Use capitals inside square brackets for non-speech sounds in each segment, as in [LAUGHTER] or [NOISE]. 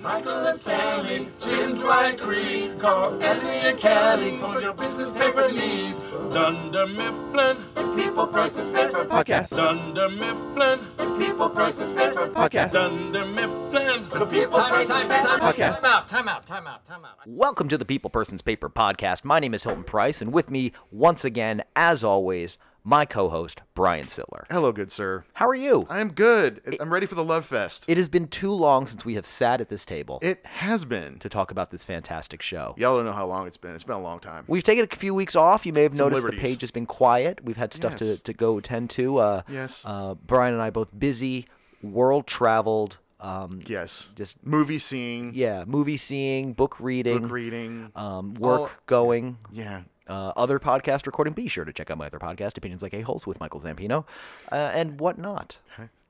Michael and Stanley, Jim Dwycree, Carl Edley and Kelly for your business paper needs. Dunder Mifflin, people versus paper Podcast. Dunder Mifflin, people versus paper Podcast. Dunder Mifflin, the people Time out, versus time paper out, time out, Podcast. time out, time out, time out, time out. Welcome to the People Persons Paper Podcast. My name is Hilton Price, and with me, once again, as always, my co host, Brian Sittler. Hello, good sir. How are you? I am good. I'm ready for the love fest. It, It has been too long since we have sat at this table has been. to talk about this fantastic show. Y'all don't know how long it's been. It's been a long time. We've taken a few weeks off. You may have Some noticed the liberties. page has been quiet. We've had stuff Yes. to, to go attend to. Uh, Yes. Uh, Brian and I both busy, world traveled, um, yes. just- movie seeing, yeah, movie seeing, book reading, book reading. um, work going. yeah. uh, other podcast recording, be sure to check out my other podcast, Opinions Like A-Holes with Michael Zampino, uh, and whatnot.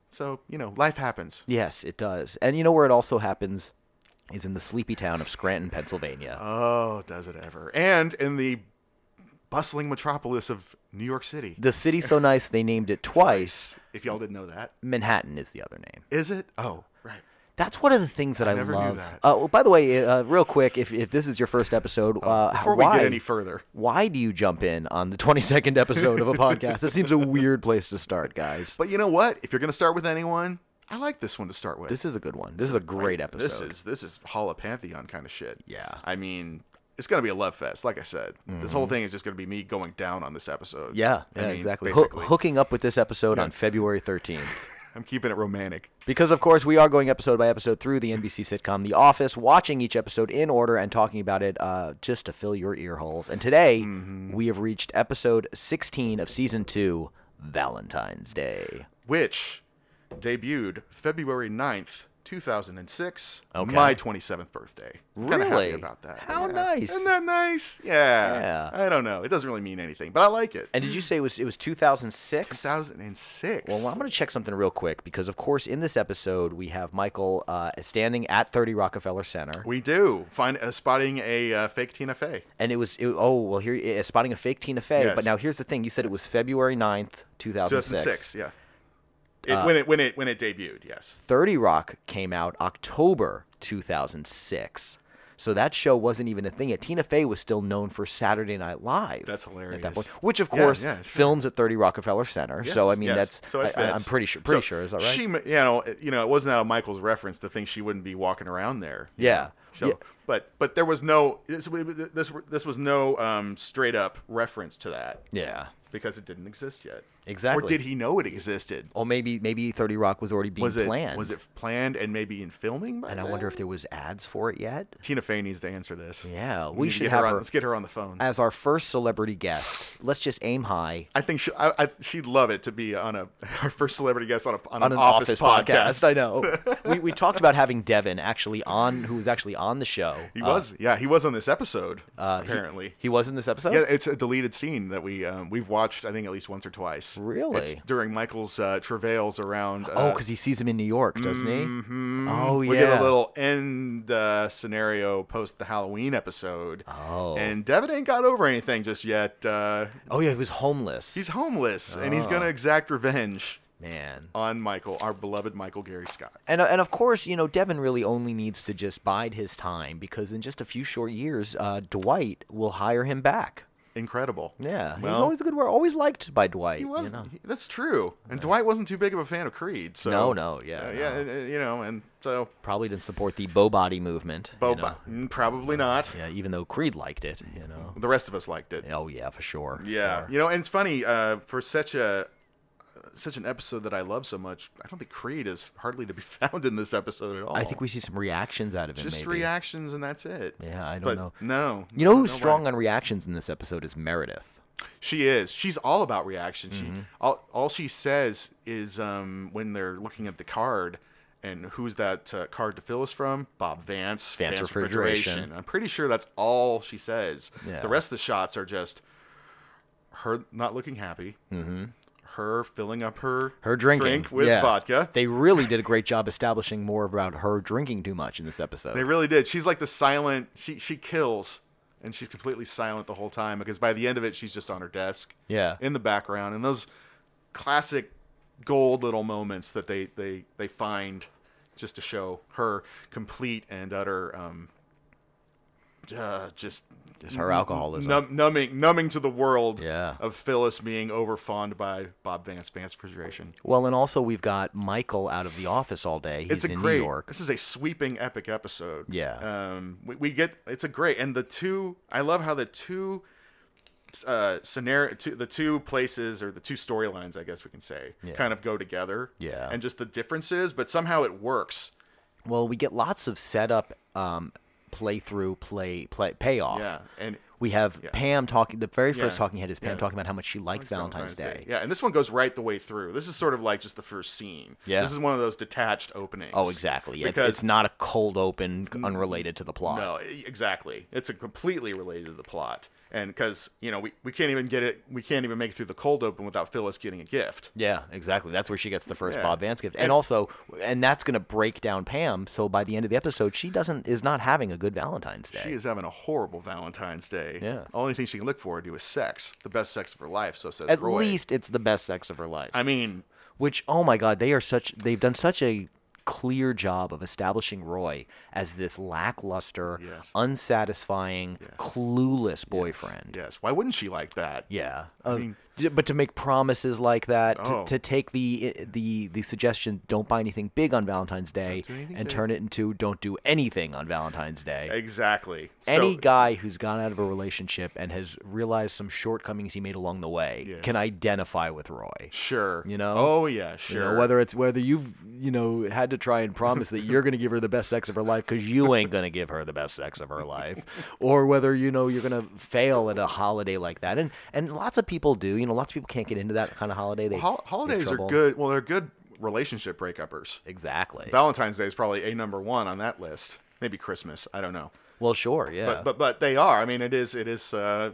So, you know, life happens. Yes, it does. And you know where it also happens is in the sleepy town of Scranton, Pennsylvania. Oh, does it ever. And in the bustling metropolis of New York City. the city so nice they named it twice. If y'all didn't know that. Manhattan is the other name. Is it? Oh, right. That's one of the things that I, never knew love. that. Uh, well, by the way, uh, real quick, if, if this is your first episode, uh, Oh, Before why we get any further, why do you jump in on the 22nd episode [LAUGHS] of a podcast? That seems a weird place to start, guys. but you know what? If you're going to start with anyone, I like this one to start with. This is a good one. This is a great Right. episode. This is this is Hall of Pantheon kind of shit. Yeah. I mean, it's gonna be a love fest. Like I said, this whole thing is just gonna be me going down on this episode. Mm-hmm. Yeah, I yeah, mean, exactly. Hoo- Basically, hooking up with this episode on February 13th. I'm keeping it romantic. Because, of course, we are going episode by episode through the NBC sitcom The Office, watching each episode in order and talking about it uh, just to fill your ear holes. And today, Mm-hmm. we have reached episode 16 of season two, Valentine's Day. Which debuted February 9th, 2006. Okay. My 27th birthday. Kind of Really? happy about that. How Yeah. nice. Isn't that nice? Yeah. Yeah. I don't know. It doesn't really mean anything, but I like it. And did you say it was it was 2006? 2006. Well, I'm going to check something real quick because, of course, in this episode, we have Michael uh, standing at 30 Rockefeller Center. we do find uh, spotting a uh, fake Tina Fey. And it was it, oh well here eh, spotting a fake Tina Fey. Yes. But now here's the thing: you said it was February 9th, two thousand 2006. Yeah. It, Uh, when it when it when it debuted, yes. Thirty Rock came out October two thousand six. So that show wasn't even a thing yet. Tina Fey was still known for Saturday Night Live. That's At that point, hilarious. which of Yeah, course yeah, sure. films at Thirty Rockefeller Center. Yes, so I mean, yes. that's so it I, am fits. pretty sure. So Pretty sure is that right? She, m- you know, it- you know, it wasn't out of Michael's reference to think she wouldn't be walking around there. you Yeah. know. So, Yeah. but but there was no this this this was no um, straight up reference to that yeah. because it didn't exist yet. Exactly. Or did he know it existed? Or maybe maybe Thirty Rock was already being Was it planned. was it planned and maybe in filming? By And I then? wonder if there was ads for it yet. Tina Fey needs to answer this. Yeah, We we need to should get have her on, her- Let's get her on the phone. As our first celebrity guest, let's just aim high I think she, I, I, she'd love it to be on a [LAUGHS] our first celebrity guest on a on, on an, an office, podcast. [LAUGHS] I know. [LAUGHS] we, we talked about having Devin actually on, who was actually on the show. He Uh, was, yeah, he was on this episode uh, he- apparently. he, was in this episode. Yeah, it's a deleted scene that we um, we've watched. I think at least once or twice. Really? It's during Michael's uh, travails around. Uh, oh, because he sees him in New York, doesn't mhm. he? Oh yeah. we get a little end uh, scenario post the Halloween episode. Oh. And Devin ain't got over anything just yet. Uh, oh yeah, he was homeless. he's homeless, and he's Oh. gonna exact revenge man. on Michael, our beloved Michael Gary Scott. And, uh, and of course, you know, Devin really only needs to just bide his time because in just a few short years, uh, Dwight will hire him back. Incredible. Yeah, he was Well- always a good word, always liked by Dwight. He you was. know. he- that's true. And Dwight wasn't too big of a fan of Creed. So No, no, yeah, uh, yeah. no. and- and, You know, and so Probably didn't support the Bo Body movement. you Boba, know. mm, probably not. Yeah, even though Creed liked it, you know. The rest of us liked it. Oh yeah, for sure. Yeah, Sure. you know, and it's funny uh, for such a such an episode that I love so much. I don't think Creed is hardly to be [LAUGHS] found in this episode at all. I think we see some reactions out of him. Oh. just maybe. reactions and that's it. Yeah, I don't but know. No, You know no, who's no way. strong on reactions in this episode is Meredith. She is. She's all about reaction. Mm-hmm. She all all she says is um, when they're looking at the card. And who's that uh, card to fill us from? Bob Vance. Vance Refrigeration. I'm pretty sure that's all she says. Yeah. The rest of the shots are just her not looking happy, Mm-hmm. her filling up her Her drinking drink with yeah. vodka. They really did a great job establishing more about her drinking too much in this episode. They really did. She's like the silent. She she kills, and she's completely silent the whole time because by the end of it, she's just on her desk yeah. in the background, and those classic gold little moments that they they they find just to show her complete and utter um, uh, just Just her alcoholism. num- numbing numbing to the world Yeah. of Phyllis being overfawned by Bob Vance Vance Refrigeration. Well, and also we've got Michael out of the office all day. He's it's a in great. New York. This is a sweeping epic episode. Yeah. Um, we, we get it's a great and the two. I love how the two uh scenario two, the two places or the two storylines i guess we can say Yeah. kind of go together Yeah. and just the differences but somehow it works Well, we get lots of setup, um, playthrough, play, play, payoff. yeah and We have Yeah. Pam talking. The very first Yeah. talking head is Pam Yeah. talking about how much she likes Valentine's, Day. Yeah, and this one goes right the way through. This is sort of like just the first scene. Yeah. This is one of those detached openings. Oh, exactly. Yeah, it's, Because- it's not a cold open, unrelated to the plot. No, e- exactly. It's a completely related to the plot. And because, you know, we, we can't even get it, we can't even make it through the cold open without Phyllis getting a gift. Yeah, exactly. That's where she gets the first Yeah. Bob Vance gift, and, And- also, and that's going to break down Pam. So by the end of the episode, she doesn't is not having a good Valentine's Day. She is having a horrible Valentine's Day. Yeah. Only thing she can look forward to is sex, the best sex of her life, so says At Roy. least it's the best sex of her life. I mean, Which, oh my God, they are such they've done such a clear job of establishing Roy as this lackluster, Yes. unsatisfying, clueless boyfriend. yes. Why wouldn't she like that? Yeah, uh, d- but to make promises like that, Oh. to, to take the eh, the the suggestion, don't buy anything big on Valentine's Day, do anything and big. turn it into don't do anything on Valentine's Day. Exactly. Any So- guy who's gone out of a relationship and has realized some shortcomings he made along the way Yes. can identify with Roy. Sure. You know? Oh, yeah, You sure. know, whether it's whether you've you know had to try and promise that you're going to give her the best sex of her life because you ain't going to give her the best sex of her life, or whether you know you're going to fail at a holiday like that, and and lots of people do. You know, lots of people can't get into that kind of holiday. They Hol- get holidays are trouble. good. Well, they're good relationship breakuppers. Exactly. Valentine's Day is probably a number one on that list. Maybe Christmas. I don't know. well, sure, yeah. But but but they are. I mean, it is it is. Uh,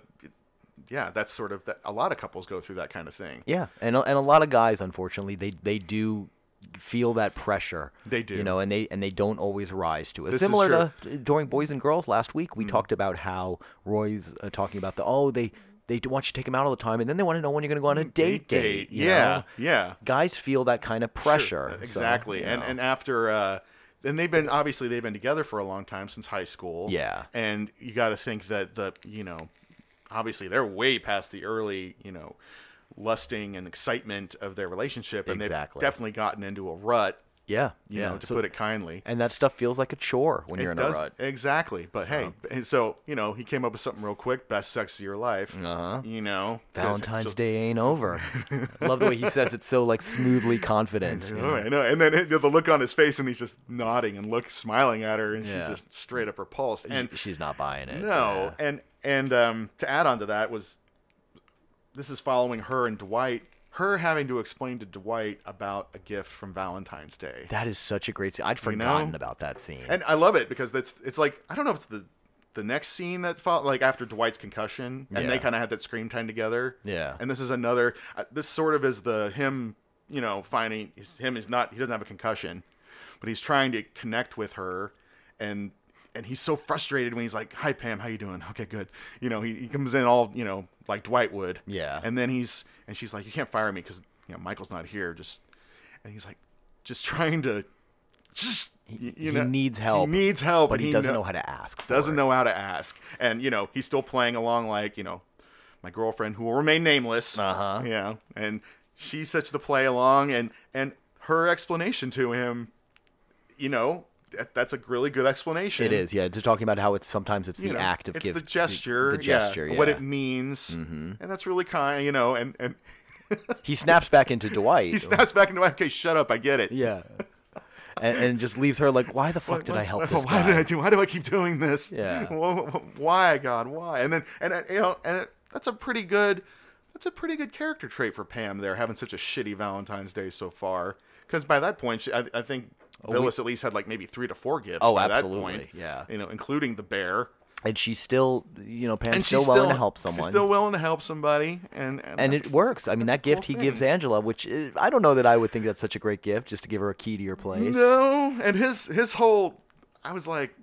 yeah, that's sort of that. A lot of couples go through that kind of thing. Yeah, and a- and a lot of guys, unfortunately, they they do feel that pressure. They do. you know, and they and they don't always rise to it. This is Mm-hmm. Similar to during Boys and Girls last week, we talked about how Roy's uh, talking about the oh they they do want you to take them out all the time, and then they want to know when you're going to go on a date date. you Mm, Yeah. know? Yeah. guys feel that kind of Sure, pressure. so, Exactly. you and know. and after uh and they've been obviously they've been together for a long time since high school. Yeah. And you got to think that the, you know, obviously they're way past the early, you know, lusting and excitement of their relationship and Exactly. they've definitely gotten into a rut, yeah, you yeah. know, to so- put it kindly. and that stuff feels like a chore when you're It in does- a rut. Exactly. But hey, and so, you know, he came up with something real quick, best sex of your life. Uh-huh. You know, 'cause Valentine's she'll- Day ain't over. I love the way he says it so like [LAUGHS] smoothly confident. you know? Oh, I know. And then it, the look on his face, and he's just nodding and look smiling at her, and Yeah. she's just straight up repulsed. And she's not buying it. no, yeah. and and um, to add on to that was, this is following her and Dwight. Her having to explain to Dwight about a gift from Valentine's Day, That is such a great scene. I'd forgotten know? about that scene. and I love it because that's it's like I don't know if it's the the next scene that followed, like after Dwight's concussion, and they Yeah. kind of had that scream time together. Yeah. and this is another. Uh, this sort of is the him, you know, finding he's, him is not he doesn't have a concussion, but he's trying to connect with her, and and he's so frustrated when he's like, "Hi Pam, how you doing? Okay, good." You know, he, he comes in all you know like Dwight would. Yeah. and then he's and she's like, "You can't fire me because you know Michael's not here." Just and he's like, just trying to. Just you he know, needs help, He needs help, but and he doesn't kno- know how to ask. For doesn't it. know how to ask. And you know, he's still playing along like, you know, my girlfriend who will remain nameless. Uh-huh. You know, and she sets the play along and and her explanation to him, you know, that, that's a really good explanation. It is, yeah. Just talking about how it's sometimes it's You the know, act of it's give, the gesture, the, gesture, yeah. Mm-hmm. what it means, and that's really kind, you know. And and he snaps back into Dwight. [LAUGHS] he snaps back into okay, shut up, I get it. yeah, and, and just leaves her like, [LAUGHS] "Why the fuck did Why- I help why- this why guy?" did I do? Why do I keep doing this? Yeah. [LAUGHS] Wh- wh- Why, God? Why? And then, and uh, you know, and it, that's a pretty good, that's a pretty good character trait for Pam there, having such a shitty Valentine's Day so far. Because by that point, she, I, I think Phyllis at least had like maybe three to four gifts. Oh, by that absolutely, point, yeah. You know, including the bear. And she's still, you know, Pam's And still she's willing still to help someone. She's still willing to help somebody, and and, and that's- it works. I mean, that cool gift he thing. gives Angela, which is, I don't know that I would think that's such a great gift, just to give her a key to your place. No, and his his whole, I was like,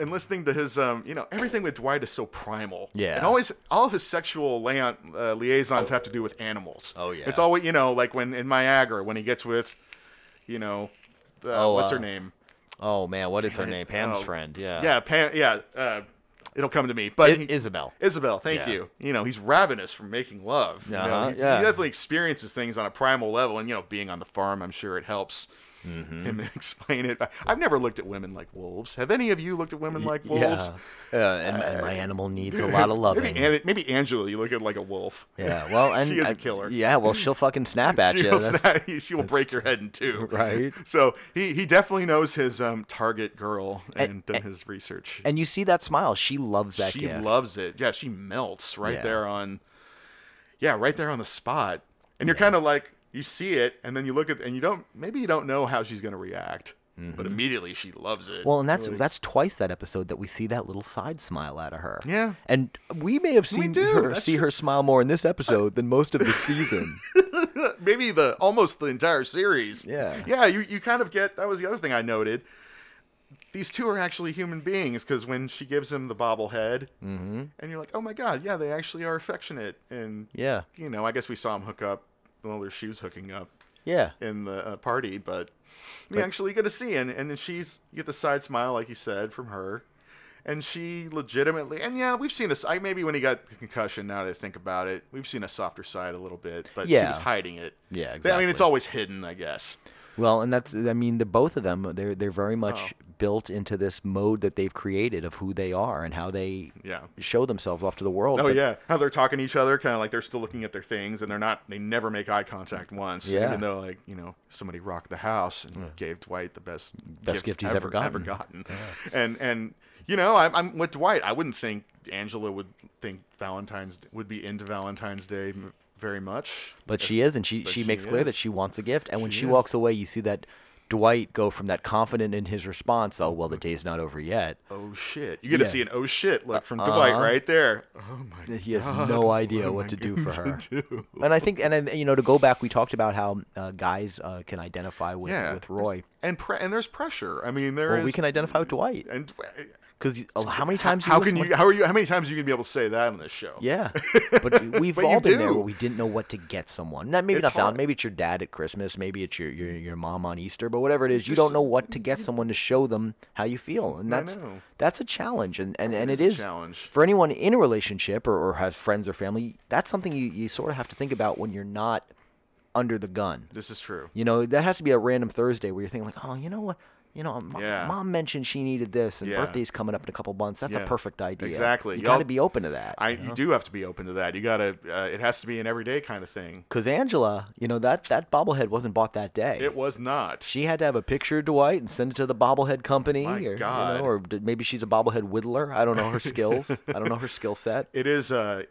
and listening to his, um, you know, everything with Dwight is so primal. Yeah. and always all of his sexual lia- uh, liaisons have to do with animals. Oh, yeah. it's always you know like when in Niagara when he gets with, you know, uh, Oh, what's uh, her name? Oh man, what is her Right. name? Pam's Oh. friend. Yeah. Yeah, Pam. Yeah, uh, it'll come to me. But I- he- Isabel. Isabel, thank Yeah. you. You know, he's ravenous for making love. you know. Uh-huh, He- yeah. he definitely experiences things on a primal level, and you know, being on the farm, I'm sure it helps Mm-hmm. him [LAUGHS] explain it. I- I've never looked at women like wolves. Have any of you looked at women like wolves? Yeah. Uh, and, and my animal needs [LAUGHS] a lot of Maybe, loving. An- maybe Angela, you look at like a wolf. Yeah. Well, [LAUGHS] and She is a uh, killer. Yeah. Well, she'll fucking snap at you. She'll That's- snap- [LAUGHS] she will break your head in two. [LAUGHS] Right. So he, he definitely knows his um, target girl and, done his research. [LAUGHS] And you see that smile. She loves that she gift. loves it. Yeah, she melts right Yeah. there on. Yeah, right there on the spot, and you're kind of like you see it, and then you look at and you don't maybe you don't know how she's gonna react, but immediately she loves it. Mm-hmm. well, and that's Like, that's twice that episode that we see that little side smile out of her. Yeah. And we may have seen do, her that's see true. her smile more in this episode than most of [LAUGHS] the season. [LAUGHS] maybe the almost the entire series. Yeah. yeah. You you kind of get that was the other thing I noted. These two are actually human beings because when she gives him the bobblehead, mm-hmm. and you're like, oh my god, yeah, they actually are affectionate, and yeah. you know, I guess we saw them hook up. Well, their shoes hooking up Yeah. in the uh, party, but we actually get to see, and and then she's you get the side smile like you said from her, and she legitimately, and yeah, we've seen us. I maybe when he got the concussion. Now that I think about it, we've seen a softer side a little bit, but she Yeah. was hiding it. Yeah, I mean, it's exactly. always hidden, I guess. Well, and that's I mean the both of them they're they're Oh. very much built into this mode that they've created of who they are and how they Yeah. show themselves off to the world. Oh But- yeah, how they're talking to each other, kind of like they're still looking at their things, and they're not. They never make eye contact once, Yeah. even though like you know somebody rocked the house and gave Dwight the best Best gift he's ever gotten. Ever gotten. And and you know I'm, I'm with Dwight. I wouldn't think Angela would think Valentine's would be into Valentine's Day m- very much. But she is, and she, but she she makes clear is. that she wants a gift. And when She she, is. walks away, you see that Dwight go from that confident in his response, oh, well, the day's not over yet. Oh shit! You get to Yeah. see an oh shit look from Dwight Uh-huh. right there. Oh my god! [LAUGHS] He [LAUGHS] has no idea am what I to do going for to her. do? And I think, and I, you know, to go back, we talked about how uh, guys uh, can identify with, with Roy. and pre- and there's pressure. I mean, there is. Well, we can identify with Dwight. and Dw- Because how many times? do how listen can to- you how are you how many times are you gonna be able to say that on this show [LAUGHS] Yeah, but we've But you all been there do. where we didn't know what to get someone. Not maybe It's not hard. found. Maybe it's your dad at Christmas. Maybe it's your your, your mom on Easter. But whatever it is, you don't know what to get someone to show them how you feel, and I that's know. that's a challenge. And and, and is it a is challenge. for anyone in a relationship or, or has friends or family. That's something you you sort of have to think about when you're not under the gun. this is true You know, that has to be a random Thursday where you're thinking like, oh, you know what. You know, m- Yeah. mom mentioned she needed this, and Yeah. birthday's coming up in a couple months. That's Yeah. a perfect idea. Exactly. You Y'all- got to be open to that. i you do have to be open to that you gotta uh, it has to be an everyday kind of thing Because Angela, you know that that bobblehead wasn't bought that day. it was not she had to have a picture of Dwight and send it to the bobblehead company, My or you God. know, or d- maybe she's a bobblehead whittler. I don't know [LAUGHS] her skills. I don't know her skill set. it is uh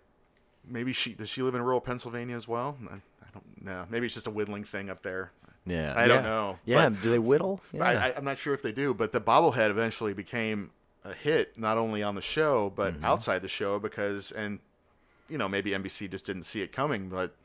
maybe she does she live in rural pennsylvania as well i, I don't know maybe it's just a whittling thing up there Yeah, I don't yeah. know, Yeah, but- do they whittle? Yeah. I, I, i'm not sure if they do but the bobblehead eventually became a hit not only on the show but Mm-hmm. outside the show because and you know maybe nbc just didn't see it coming but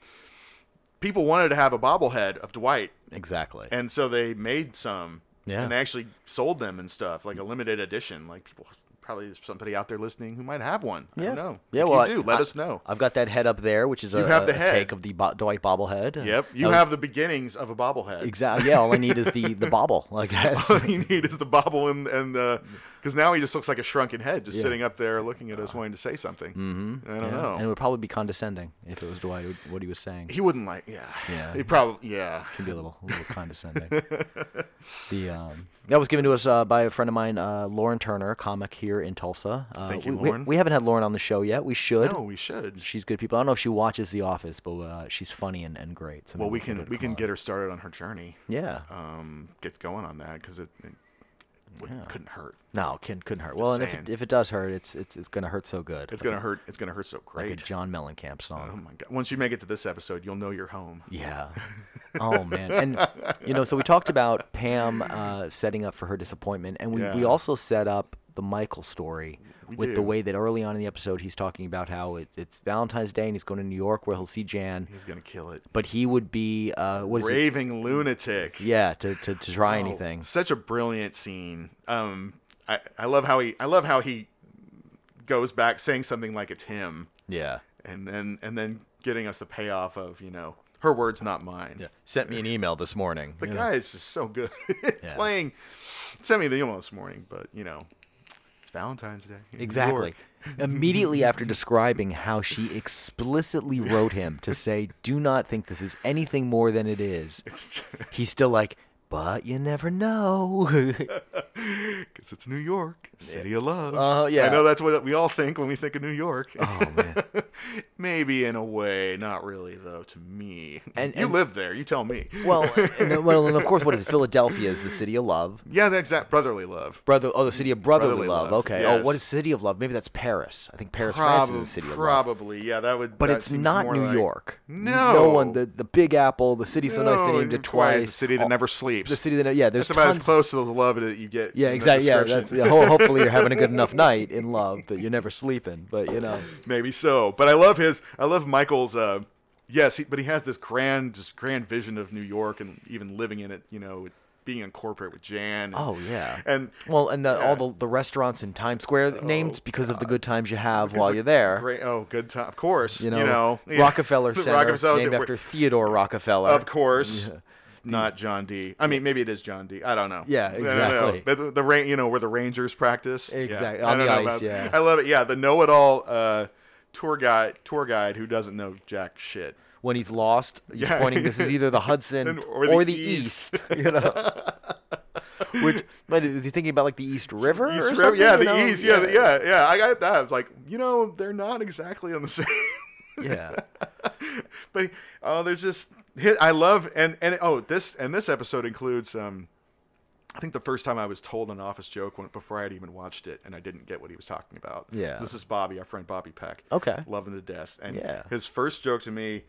people wanted to have a bobblehead of dwight exactly. and so they made some Yeah. and they actually sold them and stuff like a limited edition like people probably there's somebody out there listening who might have one i yeah. don't know Yeah. If well, you I- do let I- us know I've got that head up there, which is a, have a- the a head. take of the bo- Dwight bobblehead. yep you That was- have the beginnings of a bobblehead exactly. Yeah. All I need is the the bobble, I guess. [LAUGHS] all you need is the bobble and, and the because now he just looks like a shrunken head just Yeah. Uh, sitting up there looking at us wanting to say something mm-hmm. i don't Yeah. know And it would probably be condescending if it was Dwight what he was saying. he wouldn't like yeah Yeah. he probably yeah can be a little, a little condescending. [LAUGHS] the um, that was given to us uh, by a friend of mine, uh, Lauren Turner, a comic here in Tulsa. Uh, Thank you, we- we, Lauren. We, haven't had Lauren on the show yet. We should. no we should She's good people. I don't know if she watches The Office, but uh, she's funny and, and great. So well maybe we give can it a we can call. get her started on her journey Yeah. um get going on that because it, it wouldn't- couldn't hurt No, can, couldn't hurt. Well, and if saying. it, if it does hurt, it's it's it's gonna hurt so good. Like It's a- gonna hurt. It's gonna hurt so like great. a John Mellencamp song. oh my god! Once you make it to this episode, you'll know you're home. Yeah. [LAUGHS] Oh man. And you know, so we talked about Pam uh, setting up for her disappointment, and we, we Yeah. also set up the Michael story with do. the way that early on in the episode he's talking about how it, it's Valentine's Day and he's going to New York where he'll see Jan, He's gonna kill it. but he would be uh, what is it? Raving lunatic. Yeah, to, to, to try Oh, anything. Such a brilliant scene. Um, I, I love how he I love how he goes back saying something like it's him, Yeah. and then and then getting us the payoff of you know Her words, not mine. Sent me an email this morning. The you know. guy is just so good [LAUGHS] Yeah. playing. Sent me the email this morning, but you know, it's Valentine's Day. in New Exactly. York. Immediately after describing how she explicitly wrote him to say, do not think this is anything more than it is, It's he's still like, but you never know. [LAUGHS] because it's New York, city of love. Uh, yeah. I know that's what we all think when we think of New York. oh, man. [LAUGHS] Maybe in a way, not really though. To me, And- you and- live there. You tell me. Well, and, then- well, and of course, what is it? Philadelphia is the city of love. yeah, the exact brotherly love. Brother, oh, the city of brotherly, Brotherly love. love, Okay. Oh, yes. what is city of love? Maybe that's Paris. I think Paris, France Probab- is the city of love. probably, yeah, that would. But that it's seems not more New like- York. No. no one. The, the Big Apple. The city so nice they No, named it Hawaii is twice. The city that All- never sleeps. The city that yeah. There's That's about as tons- close to the love that you get. Yeah, in the exactly. Yeah, description. that's yeah, ho- hopefully you're having a [LAUGHS] good enough night in love that you're never sleeping. But you know, Maybe so, but I love his. I love Michael's. Uh, yes, he, but he has this grand, just grand vision of New York and even living in it. You know, being in corporate with Jan. And, oh yeah. and well, and the, yeah. Oh, all the, the restaurants in Times Square that named because of the good times you have Because while the you're there. Great, oh, good time. Of course, you know, [LAUGHS] yeah. Rockefeller [LAUGHS] The Center Rockefeller named Center, after Theodore Rockefeller. Of course. Not John D. I mean, maybe it is John D. I don't know. Yeah, I don't know. exactly. But the, the ra- you know, where the Rangers practice. Yeah. Exact- I on don't the know ice, about- yeah. I love it. Yeah, the know-it-all uh, tour guide, tour guide who doesn't know jack shit. When he's lost, he's Yeah. pointing. This is either the Hudson Or or the the, East. East. [LAUGHS] You [LAUGHS] know. Which, but is he thinking about like the East River? East or River- something, yeah, you the know? East. Yeah, the- yeah, yeah. I got that. I was like, you know, they're not exactly on the [LAUGHS] same. yeah. but oh, there's just hi- I love and and oh this and this episode includes um, I think the first time I was told an office joke when, before I had even watched it and I didn't get what he was talking about. Yeah. this is Bobby, our friend Bobby Peck. Okay. love him to death. And Yeah. his first joke to me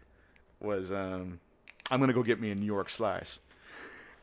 was, um, "I'm gonna go get me a New York slice."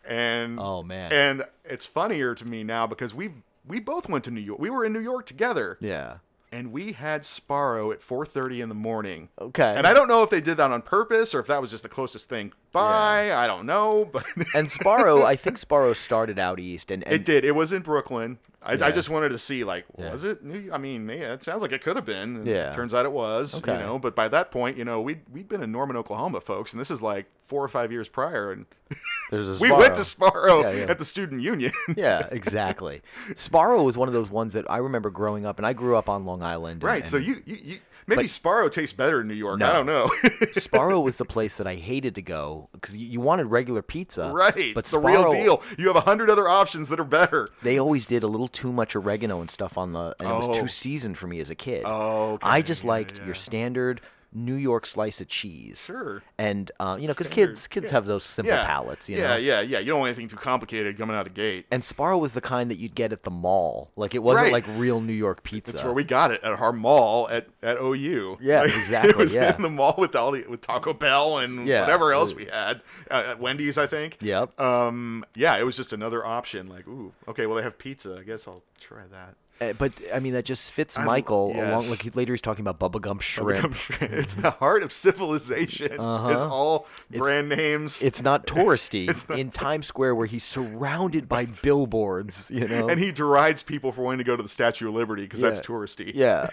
And Oh, man. and it's funnier to me now because we we both went to New York. We were in New York together Yeah. and we had Sparrow at 4:30 in the morning. Okay. And I don't know if they did that on purpose or if that was just the closest thing by. I don't know, [LAUGHS] but And Sparrow, I think Sparrow started out east, [LAUGHS] and, and it did. It was in Brooklyn. I, I Yeah. just wanted to see, like, Yeah. was it? New I mean, yeah, it sounds like it could have been. and Yeah. Turns out it was. You Okay. know, but by that point, you know, we we'd been in Norman, Oklahoma, folks, and this is like four or five years prior, and [LAUGHS] There's a [LAUGHS] we went to Sparrow. Sparrow Yeah, yeah. at the student union. [LAUGHS] yeah, exactly. Sparrow was one of those ones that I remember growing up, and I grew up on Long Island. and- right. so and you [LAUGHS] you, you maybe But- Sparrow tastes better in New York. I No. don't know. [LAUGHS] Sparrow was the place that I hated to go because you, you wanted regular pizza, Right, But it's the real Sparrow- deal. You have a hundred other options that are better. They always did a little too much oregano and stuff on the, and it was Oh. too seasoned for me as a kid. Oh, okay, I just yeah, liked yeah. your standard New York slice of cheese. Sure. And uh, you know, because Standard, kids kids yeah. have those simple palettes, you yeah, know. yeah, yeah. You don't want anything too complicated coming out of the gate. And Sparrow was the kind that you'd get at the mall. Like it wasn't Right. like real New York pizza. That's where we got it at our mall at, at OU. uh, Yeah, Like, [LAUGHS] exactly, It was yeah. in the mall with all the, with Taco Bell and Yeah. whatever else we had uh, at Wendy's, I think. Yep. Um. Yeah, it was just another option. Like, ooh, okay, well they have pizza. I guess I'll try that. Uh, but I mean, that just fits I l- Michael yes. along. Like he- later, he's talking about bubblegum shrimp. [LAUGHS] It's the heart of civilization. It's all brand names. Uh-huh. It's [LAUGHS] not touristy in Times Square where he's surrounded by billboards. You know, and he derides people for wanting to go to the Statue of Liberty because that's Yeah. touristy. [LAUGHS] yeah,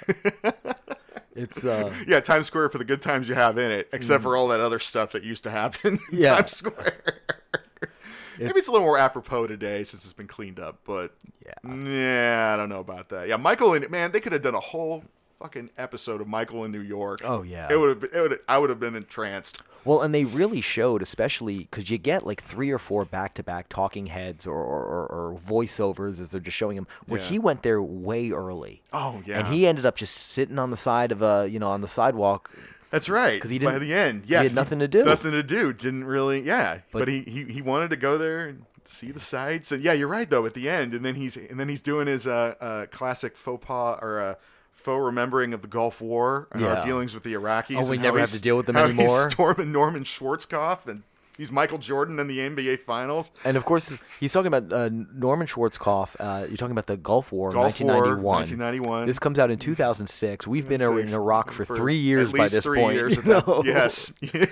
it's uh, Yeah, Times Square for the good times you have in it, except for all that other stuff that used to happen in Hmm. Yeah. Times [LAUGHS] Square. Maybe it's a little more apropos today since it's been cleaned up, but Yeah. yeah, I don't know about that. Yeah, Michael and man, they could have done a whole fucking episode of Michael in New York. Oh, yeah. it would have. been- It would. I would have been entranced. well, and they really showed, especially because you get like three or four back-to-back talking heads or or, or, or voiceovers as they're just showing him where Yeah. he went there way early. Oh yeah, And he ended up just sitting on the side of a, you know, on the sidewalk. That's right. 'Cause he by didn't- the end. he Yeah, had 'cause nothing to do. Nothing to do. Didn't really. Yeah, but, But- he, he he wanted to go there and see the sights. And yeah, you're right though. At the end, and then he's and then he's doing his uh, uh classic faux pas or uh, faux remembering of the Gulf War and our Yeah. dealings with the Iraqis. Oh, we and how never have he's- to deal with them how anymore. He's [LAUGHS] storming Norman Schwarzkopf and he's Michael Jordan in the NBA Finals. And of course, he's talking about uh, Norman Schwarzkopf. Uh, you're talking about the Gulf War, in Gulf War, 1991. 1991. This comes out in 2006. We've been in Six. Iraq for, three at years by least this three point. years you at that- know? Yes,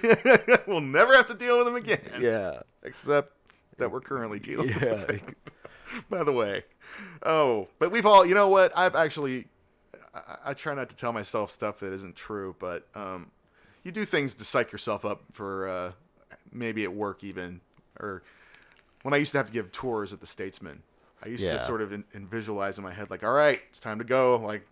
[LAUGHS] we'll never have to deal with them again. [LAUGHS] Yeah. except that we're currently dealing [LAUGHS] with Yeah. it, [LAUGHS] by the way oh but we've all you know what i've actually I, I try not to tell myself stuff that isn't true but um you do things to psych yourself up for uh, maybe at work even or when I used to have to give tours at the Statesman. I used Yeah. to sort of in, in visualize in my head like, all right, it's time to go. Like,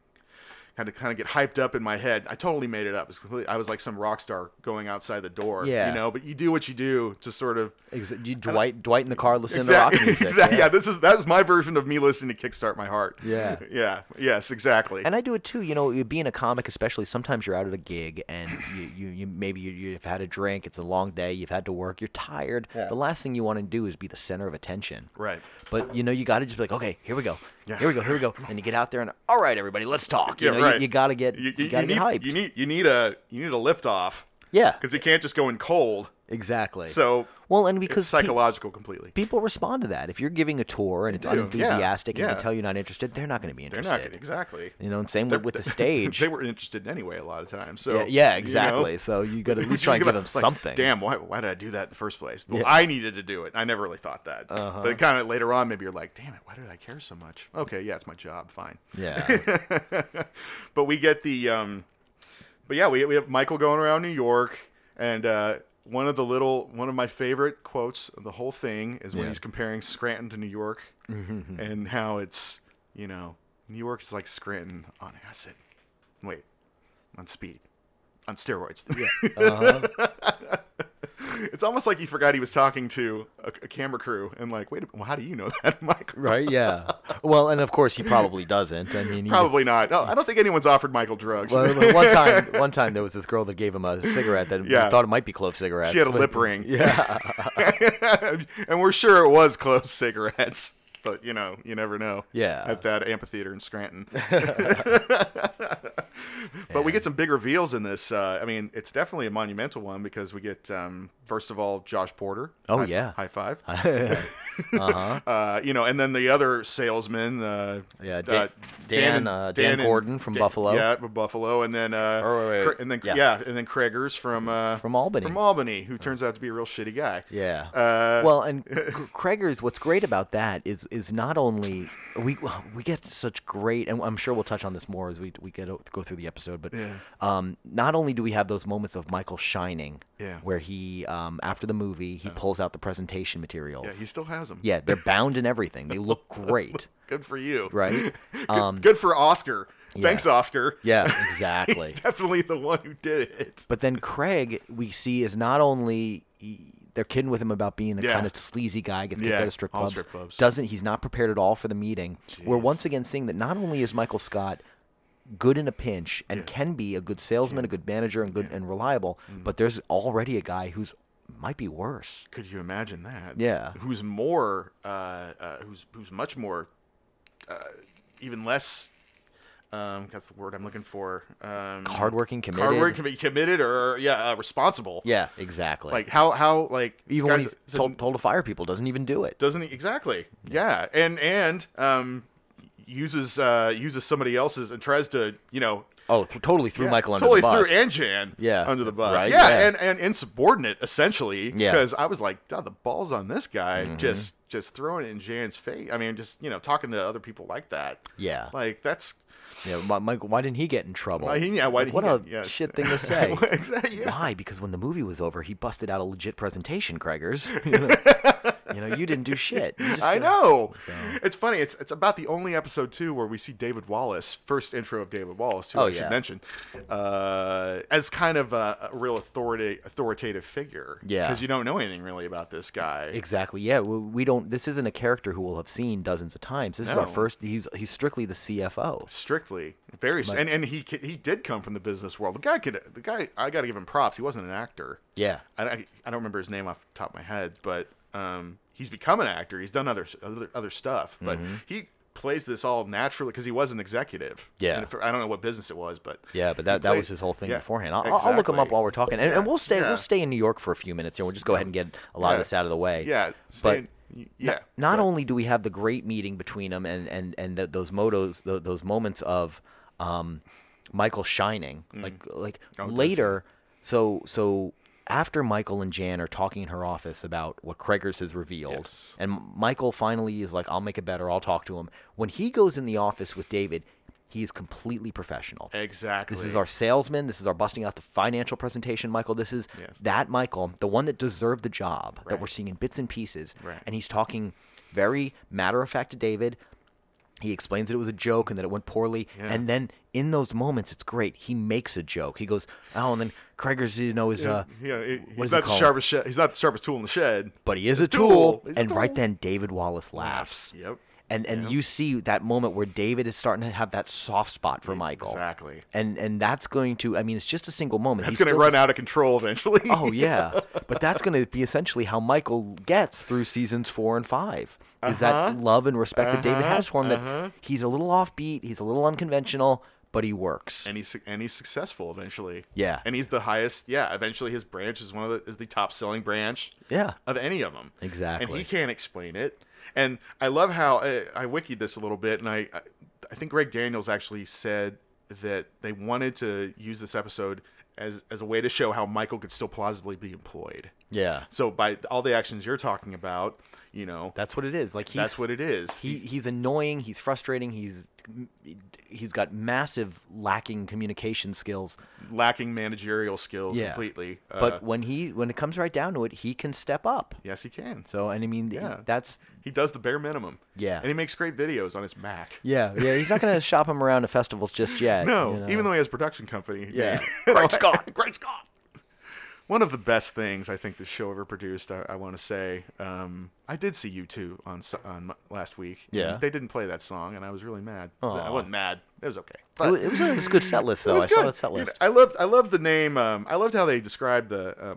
had to kind of get hyped up in my head. I totally made it up. It's completely, I was like some rock star going outside the door. Yeah. you know. But you do what you do to sort of Ex- you- Dwight, Dwight in the car listening [LAUGHS] to rock music. exactly. Yeah. this is that was my version of me listening to Kickstart My Heart. Yeah. [LAUGHS] yeah, yes, exactly. and I do it too. You know, being a comic, especially sometimes you're out at a gig and you, you, you maybe you, you've had a drink. It's a long day. You've had to work. You're tired. The last thing you want to do is be the center of attention. Right. But you know, you got to just be like, okay, here we go. Yeah. Here we go. Here we go. And you get out there and all right, everybody, let's talk. yeah, you know, right. You, got to get you, got to need, get hyped. You need you need a you need a lift off. yeah. because you can't just go in cold. Exactly. So well, and it's because pe- psychological completely. people respond to that. If you're giving a tour and it's do, yeah, unenthusiastic and yeah. they tell you are not interested, they're not going to be They're interested. not exactly. You know, and same with, with the stage. [LAUGHS] they were interested anyway a lot of times. So yeah, yeah, you know, exactly. [LAUGHS] so you got to at least you try and give give a- them it's like, something. Damn, why, why did I do that in the first place? Well, Yeah. Uh-huh. I needed to do it. I never really thought that. But kind of later on, maybe you're like, damn it, why did I care so much? Okay, yeah, it's my job. Fine. [LAUGHS] Yeah. but we get the um but yeah we, we have michael going around new york and uh one of the little one of my favorite quotes of the whole thing is Yeah. when Mm-hmm. he's comparing scranton to new york and how it's you know new york is like scranton on acid wait on speed on steroids yeah uh-huh. [LAUGHS] it's almost like he forgot he was talking to a, a camera crew and like wait a- well, how do you know that [LAUGHS] michael right. Yeah. [LAUGHS] Well, and of course he probably doesn't. I mean, he- Probably not. No, I don't think anyone's offered Michael drugs. [LAUGHS] Well, [LAUGHS] like, one time, one time there was this girl that gave him a cigarette that we Yeah. thought it might be clove cigarettes. She had a but- lip ring. Yeah. [LAUGHS] [LAUGHS] and we're sure it was closed cigarettes, but you know, you never know. Yeah. At that amphitheater [LAUGHS] in Scranton. [LAUGHS] But we get some big reveals in this. Uh, I mean, it's definitely a monumental one because we get um, first of all Josh Porter. Oh, High- yeah. high five. [LAUGHS] uh-huh. [LAUGHS] Uh, you know, and then the other salesman. Uh, Yeah, uh, Dan- Dan, uh, Dan and- Gordon from Buffalo. Yeah, from Buffalo, and then uh, Or wait, wait, Cra- and then yeah. yeah. and then Craigers from uh, From Albany. from Albany, who turns out to be a real shitty guy. Yeah. Uh, well, and Craigers, what's great about that is is not only we we get such great, and I'm sure we'll touch on this more as we we get o- go through the episode, but um, not only do we have those moments of Michael shining, Yeah. where he um, after the movie he pulls out the presentation materials. yeah, he still has them. Yeah, they're bound and everything. They look great. [LAUGHS] Good for you. Right? [LAUGHS] good, Um, good for Oscar. yeah. Thanks, Oscar. Yeah, exactly. [LAUGHS] He's definitely the one who did it. But then Craig, we see, is not only he- they're kidding with him about being a Yeah. kind of sleazy guy, gets kicked Yeah, out of strip all clubs, strip clubs. Doesn't he's not prepared at all for the meeting? We're once again seeing that not only is Michael Scott good in a pinch and can be a good salesman, a good manager, and good and reliable, Mm-hmm. but there's already a guy who's might be worse. Could you imagine that? Yeah. Who's more? Uh, uh, who's who's much more? Uh, even less. Um, that's the word I'm looking for. Um, Hardworking, committed. Hardworking, commi- committed, or yeah, uh, responsible. Yeah, exactly. Like how how like this even when guy's- he's he's a- told, told to fire people, doesn't even do it. doesn't he exactly yeah and and um uses uh uses somebody else's and tries to you know Oh, th- totally threw Yeah, Michael under totally the bus. threw and Jan Yeah, under the bus. right, Yeah, yeah. and and insubordinate essentially. Yeah. Mm-hmm. because I was like, God, the balls on this guy just just throwing it in Jan's face. I mean, just you know talking to other people like that. yeah, Like that's yeah. Mi- Michael, why didn't he get in trouble? why he, yeah, why did what he a get- yes. shit [LAUGHS] thing to say. exactly. Yeah. Why? Because when the movie was over, he busted out a legit presentation, [LAUGHS] Craigers. you know, you didn't do shit. You just I gotta- know. So- It's funny. It's it's about the only episode too where we see David Wallace. First intro of David Wallace, who Oh, I yeah. should mention, uh, as kind of a, a real authority authoritative figure. Yeah. because you don't know anything really about this guy. Exactly. Yeah, we, we don't. This isn't a character who we'll have seen dozens of times. This is our No. first. He's he's strictly the CFO. strictly very st- and and he ca- he did come from the business world the guy could the guy i gotta give him props he wasn't an actor Yeah. i, I, I don't remember his name off the top of my head but um he's become an actor he's done other other, other stuff but Mm-hmm. he plays this all naturally because he was an executive Yeah. And if- i don't know what business it was but Yeah, but he that, that was plays- his whole thing yeah, beforehand. I'll, I'll- I'll look him up exactly. while we're talking, and, and we'll stay Yeah. we'll stay in New York for a few minutes here. We'll just go ahead and get a lot Yeah. of this out of the way. yeah but stay in- yeah not but- only do we have the great meeting between them and and and th those motos th- those moments of um michael shining Mm. like like Oh, later so so after michael and jan are talking in her office about what Craigers has revealed Yes. and michael finally is like i'll make it better i'll talk to him when he goes in the office with david He is completely professional. Exactly. This is our salesman. This is our busting out the financial presentation, Michael. This is Yes. that Michael, the one that deserved the job that we're Right. seeing in bits and pieces. Right. And he's talking very matter of fact to David. He explains that it was a joke and that it went poorly. Yeah. And then in those moments, it's great. He makes a joke. He goes, "Oh," and then Kreger's, you know, is uh, Yeah, it- what he's is it not the called? sharpest. Sh- he's not the sharpest tool in the shed. but he is a, a tool. tool. He's a And right tool. then, David Wallace laughs. Yep. And and Yep. you see that moment where David is starting to have that soft spot for Michael. E-, Exactly. And and that's going to. I mean, it's just a single moment. That's He going to still run does- out of control eventually. [LAUGHS] Oh yeah, but that's going to be essentially how Michael gets through seasons four and five. Is Uh-huh. that love and respect that David Uh-huh. has for him? That he's a little offbeat, he's a little unconventional, but he works. and he's and he's successful eventually. Yeah. And he's the highest. Yeah. Eventually, his branch is one of the is the top selling branch yeah, of any of them. And Exactly. he can't explain it. And I love how I, I wikied this a little bit, and I I- I think Greg Daniels actually said that they wanted to use this episode as as a way to show how Michael could still plausibly be employed. yeah, So by all the actions you're talking about, you know, that's what it is. Like he's, that's what it is. he he's annoying, he's frustrating, he's he's got massive lacking communication skills. lacking managerial skills Yeah. completely. But uh, when he when it comes right down to it, he can step up. yes, he can. So and I mean th- Yeah. that's He does the bare minimum. Yeah. And he makes great videos on his Mac. yeah yeah he's not going [LAUGHS] to shop him around to festivals just yet. No, you know? even though he has a production company. [LAUGHS] Yeah. Great Scott. Great Scott. One of the best things I think this show ever produced, I, I want to say. Um, I did see you two on s- on m- last week. Yeah. They didn't play that song, and I was really mad. Aw. I wasn't mad. It was okay. It was, it was a, it was a good set list, It though. was I saw good. that set You know, list. I loved I loved the name. Um, I loved how they described the uh,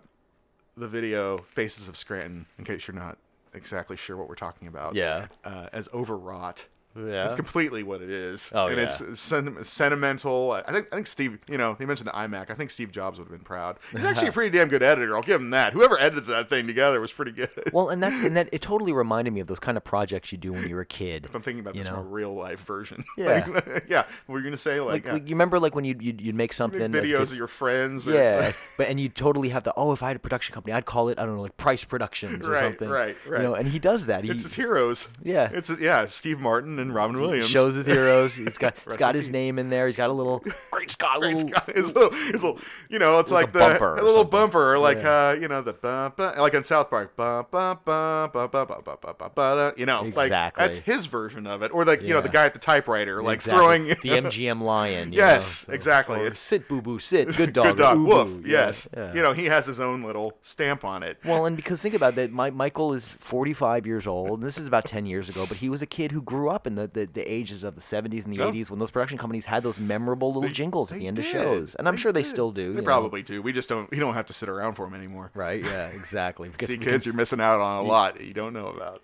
the video "Faces of Scranton." In case you're not exactly sure what we're talking about, Yeah. uh, as overwrought. Yeah. that's completely what it is. Oh, and yeah. it's sen- sentimental. I think I think Steve. You know, he mentioned the iMac. I think Steve Jobs would have been proud. He's actually [LAUGHS] a pretty damn good editor. I'll give him that. Whoever edited that thing together was pretty good. [LAUGHS] Well, and that's and that it totally reminded me of those kind of projects you do when you're a kid. I'm thinking about you this from know. a real life version. Yeah. [LAUGHS] Like, yeah. What were you gonna say? Like, Like, uh, like, you remember, like when you you'd, you'd make something as a videos kid- of your friends. or- [LAUGHS] Yeah, but and you totally have the oh, if I had a production company, I'd call it I don't know like Price Productions or Right, something. right, You know, right. and he does that. He It's his heroes. Yeah. It's yeah, Steve Martin and Robin Williams. shows his heroes. He's [LAUGHS] got he's Rest got in his peace. name in there. He's got a [LAUGHS] little great Scott. Right, little- it's got his little, his little, you know, it's Like like a the bumper or a little something. bumper, or like Yeah. uh, you know, the bum, bum, like in South Park, bum, bum, bum, bum, bum, bum, bum, bum, bum, bum, you know, like Exactly. that's his version of it, or like you know, the Yeah. guy at the typewriter, [LAUGHS] like Exactly. throwing the [LAUGHS] MGM lion. you know, Yes, so- exactly. or It's- sit boo boo [LAUGHS] sit good dog. or good dog, "Ooh, woof, boo," yeah, yes, yeah. you know, he has his own little stamp on it. Well, and because think about that, my, Michael is 45 years old, and this is about 10 years ago, but he was a kid who grew up in the, the, the ages of the 70s and the Yeah. 80s when those production companies had those memorable little jingles at They the end of did. shows. And I'm sure they did. still do. you They know. probably do. We just don't. You don't have to sit around for him anymore. Right, yeah, exactly. Because See, we can- kids, you're missing out on a lot that you don't know about.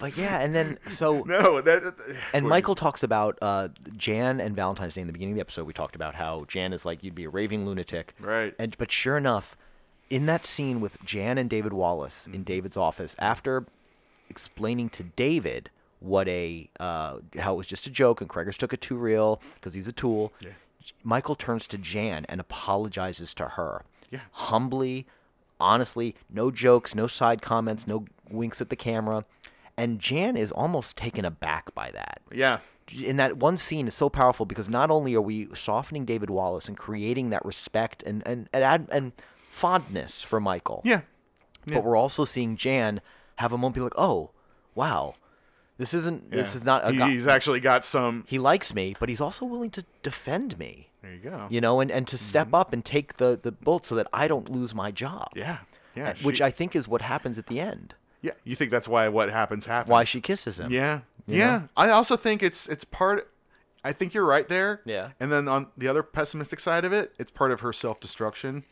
But yeah, and [LAUGHS] then so. No, that. And Wait. Michael talks about uh, Jan and Valentine's Day in the beginning of the episode. We talked about how Jan is like you'd be a raving lunatic, Right. And but sure enough, in that scene with Jan and David Wallace Mm-hmm. in David's office, after explaining to David what a uh, how it was just a joke and Craigers took it too real because he's a tool. Yeah. J- Michael turns to Jan and apologizes to her. Yeah. Humbly, honestly, no jokes, no side comments, no winks at the camera. And Jan is almost taken aback by that Yeah. and that one scene is so powerful because not only are we softening David Wallace and creating that respect and and and, ad- and fondness for Michael, Yeah. Yeah. but we're also seeing Jan have a moment be like, oh, wow, this isn't this Yeah. is not a He- guy. he's actually got some. he likes me, but he's also willing to defend me, There you go. you know, and and to step up and take the the bolt so that I don't lose my job. Mm-hmm. Yeah. Yeah. which she- I think is what happens at the end. Yeah. You think that's why what happens happens? Why she kisses him. Yeah. You Yeah. know? I also think it's it's part. I think you're right there. Yeah. And then on the other pessimistic side of it, it's part of her self destruction.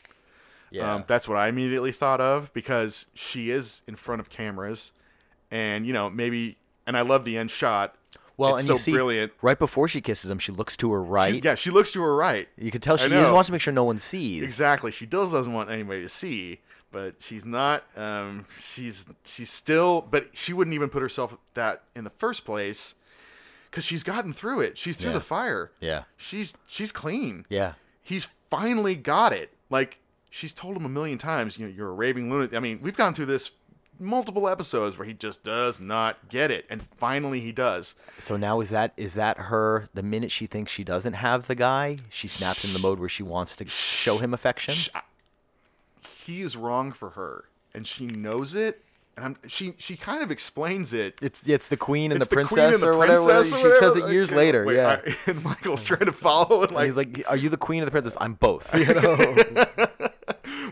yeah. Um, that's what I immediately thought of because she is in front of cameras, and you know maybe. And I love the end shot. well, it's and so you see, brilliant. right before she kisses him, she looks to her right. Yeah, she looks to her right. You can tell I she know. wants to make sure no one sees. Exactly. She does doesn't want anybody to see, but she's not. Um, she's she's still, but she wouldn't even put herself that in the first place, because she's gotten through it. She's through Yeah. the fire. Yeah. She's she's clean. Yeah. He's finally got it. Like she's told him a million times. You know, you're a raving lunatic. I mean, we've gone through this multiple episodes where he just does not get it, and finally he does. So now is that is that her? The minute she thinks she doesn't have the guy, she snaps in the mode where she wants to show him affection. Sh- I- He is wrong for her, and she knows it. And I'm, she she kind of explains it. It's it's the queen and It's the queen princess and the or whatever. princess she or whatever. says it years Like, later. wait, yeah. I- [LAUGHS] and Michael's trying to follow and And like, he's like, "Are you the queen or the princess?" I'm [LAUGHS] both. You know?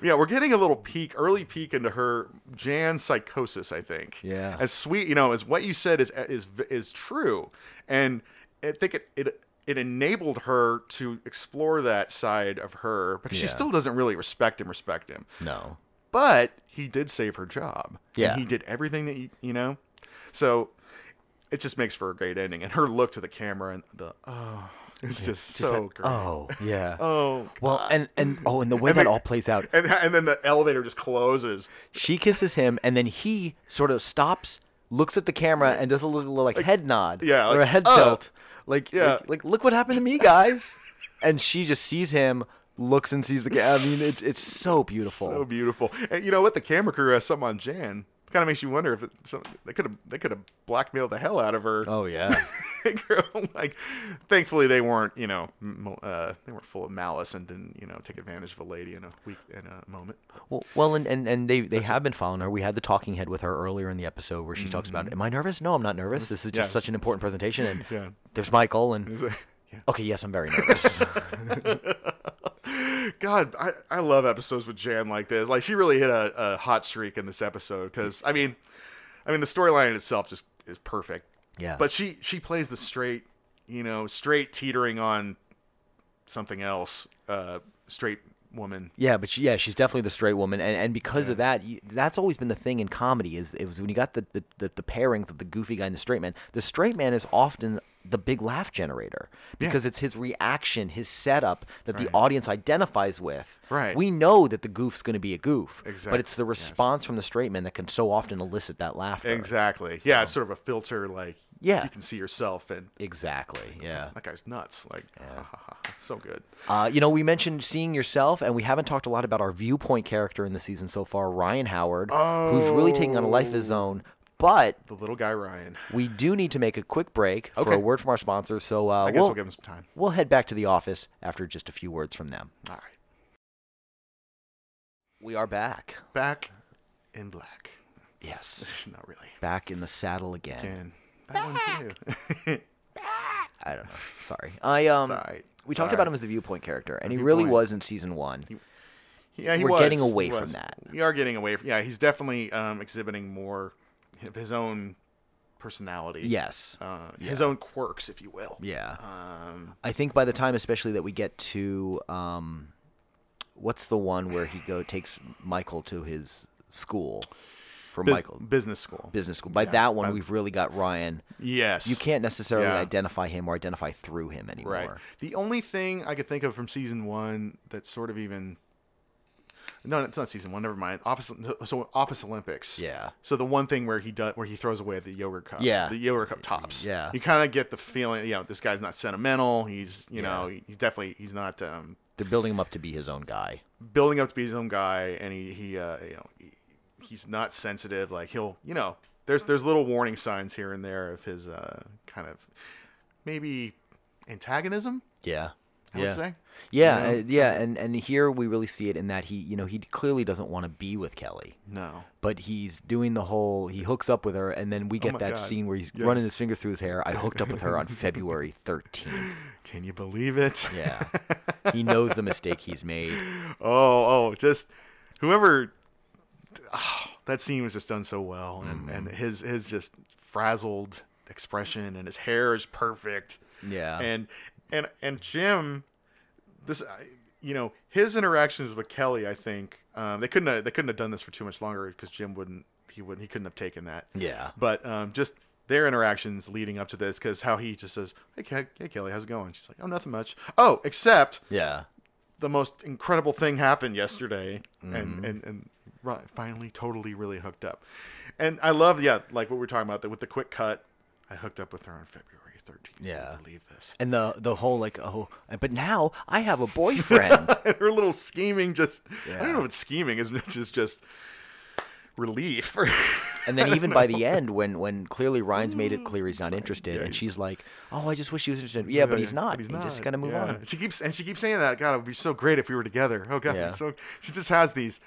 yeah, we're getting a little peek, early peek into her Jan psychosis, I think. Yeah. As sweet, you know, as what you said is is is true, and I think it it it enabled her to explore that side of her, but she Yeah. still doesn't really respect him. Respect him, [LAUGHS] no. but he did save her job. And Yeah. he did everything that you you know, so it just makes for a great ending. And her look to the camera and the oh, it's just so that- great. Oh yeah. Oh, Well, and and oh, and the way that they- all plays out, and and then the elevator just closes. she kisses him, and then he sort of stops, looks at the camera, and does a little like, head nod, yeah, or like, a head "Oh." tilt, like, Yeah. like like look what happened to me, guys. [LAUGHS] and she just sees him, looks and sees the guy. I mean, it, it's so beautiful. So beautiful. And you know what? The camera crew has something on Jan. Kind of makes you wonder if it, some, they could have they could have blackmailed the hell out of her. oh yeah. [LAUGHS] Girl, like, thankfully they weren't you know m- uh, they weren't full of malice and didn't you know take advantage of a lady in a week in a moment. Well, well and, and, and they, they have been following her. We had the talking head with her earlier in the episode where she talks about, Am I nervous? No, I'm not nervous. This is just Mm-hmm. yeah. such an important presentation. And Yeah. there's Michael. And Yeah. okay, yes, I'm very nervous. God, I, I love episodes with Jan like this. Like she really hit a, a hot streak in this episode because I mean, I mean the storyline in itself just is perfect. Yeah. But she she plays the straight, you know, straight teetering on something else, uh, straight woman. yeah, but she, yeah, she's definitely the straight woman. And, and because of that, you, that's always been the thing in comedy is it was when you got the, the, the, the pairings of the goofy guy and the straight man, the straight man is often the big laugh generator because it's his reaction, his setup that the audience identifies with. Right. We know that the goof's going to be a goof. But Exact- it's the response from the straight man that can so often elicit that laughter. Exactly. Yeah, it's sort of a filter. Like Yeah. you can see yourself and Exactly. Yeah. that guy's nuts. Like so good. Uh, you know, we mentioned seeing yourself, and we haven't talked a lot about our viewpoint character in the season so far, Ryan Howard, who's really taking on a life of Oh. his own. But The little guy Ryan. we do need to make a quick break for Okay. a word from our sponsor. So uh, I guess we'll, we'll give him some time. we'll head back to the office after just a few words from them. All right, We are back. back in black. [LAUGHS] Yes. Not really. Back in the saddle again. Again. That one [LAUGHS] too. I don't know. Sorry. I um. all right. We It's talked all about right. him as a viewpoint character, and he really viewpoint. was in season one. Yeah, he We're was. getting He away from was. that. We are getting away from. Yeah, he's definitely um, exhibiting more of his own personality. Yes. Uh, His own quirks, if you will. Yeah. Um, I think by the time, especially that we get to um, what's the one where he go takes Michael to his school for bus- Michael business school. business school. By Yeah, that one, by- we've really got Ryan. Yes. You can't necessarily Yeah. identify him or identify through him anymore. Right. The only thing I could think of from season one that's sort of even. No, it's not season one. Never mind. Office. So Office Olympics. Yeah. So the one thing where he does, where he throws away the yogurt cups. Yeah. The yogurt cup tops. Yeah. You kind of get the feeling, you know, this guy's not sentimental. He's, you Yeah. know, he's definitely he's not um, They're building him up to be his own guy. building up to be his own guy, and he he uh, you know he, he's not sensitive. Like he'll you know there's there's little warning signs here and there of his uh, kind of maybe antagonism. Yeah. I yeah. would say. Yeah, You know? uh, yeah, and and here we really see it in that he, you know, he clearly doesn't want to be with Kelly. No. but he's doing the whole he hooks up with her and then we get Oh my that God. scene where he's Yes. running his fingers through his hair i hooked up with her [LAUGHS] on february 13th Can you believe it? [LAUGHS] yeah he knows the mistake he's made Oh, oh, just whoever. [SIGHS] Oh, that scene was just done so well, Mm-hmm. and, and his his just frazzled expression, and his hair is perfect, yeah and and and Jim, this I- you know his interactions with Kelly, I think um, they couldn't have, they couldn't have done this for too much longer because Jim wouldn't he wouldn't he couldn't have taken that. yeah But um, just their interactions leading up to this, because how he just says, "Hey, Ke- hey, Kelly, how's it going?" She's like, "Oh, nothing much." Oh, except yeah the most incredible thing happened yesterday Mm-hmm. and and and ri- finally totally really hooked up and i love yeah like what we were talking about that with the quick cut i hooked up with her on february 13th Can you Yeah. believe this [LAUGHS] and the the whole like oh but now i have a boyfriend her little scheming just i Yeah. don't know if it's scheming as much as just relief. [LAUGHS] And then even by the end, when when clearly Ryan's made it Mm. clear he's not interested, and she's like, "Oh, I just wish he was interested." Yeah, but he's not. He's just got to move yeah. on. She keeps and she keeps saying that. God, it would be so great if we were together. Oh God, Yeah. so she just has these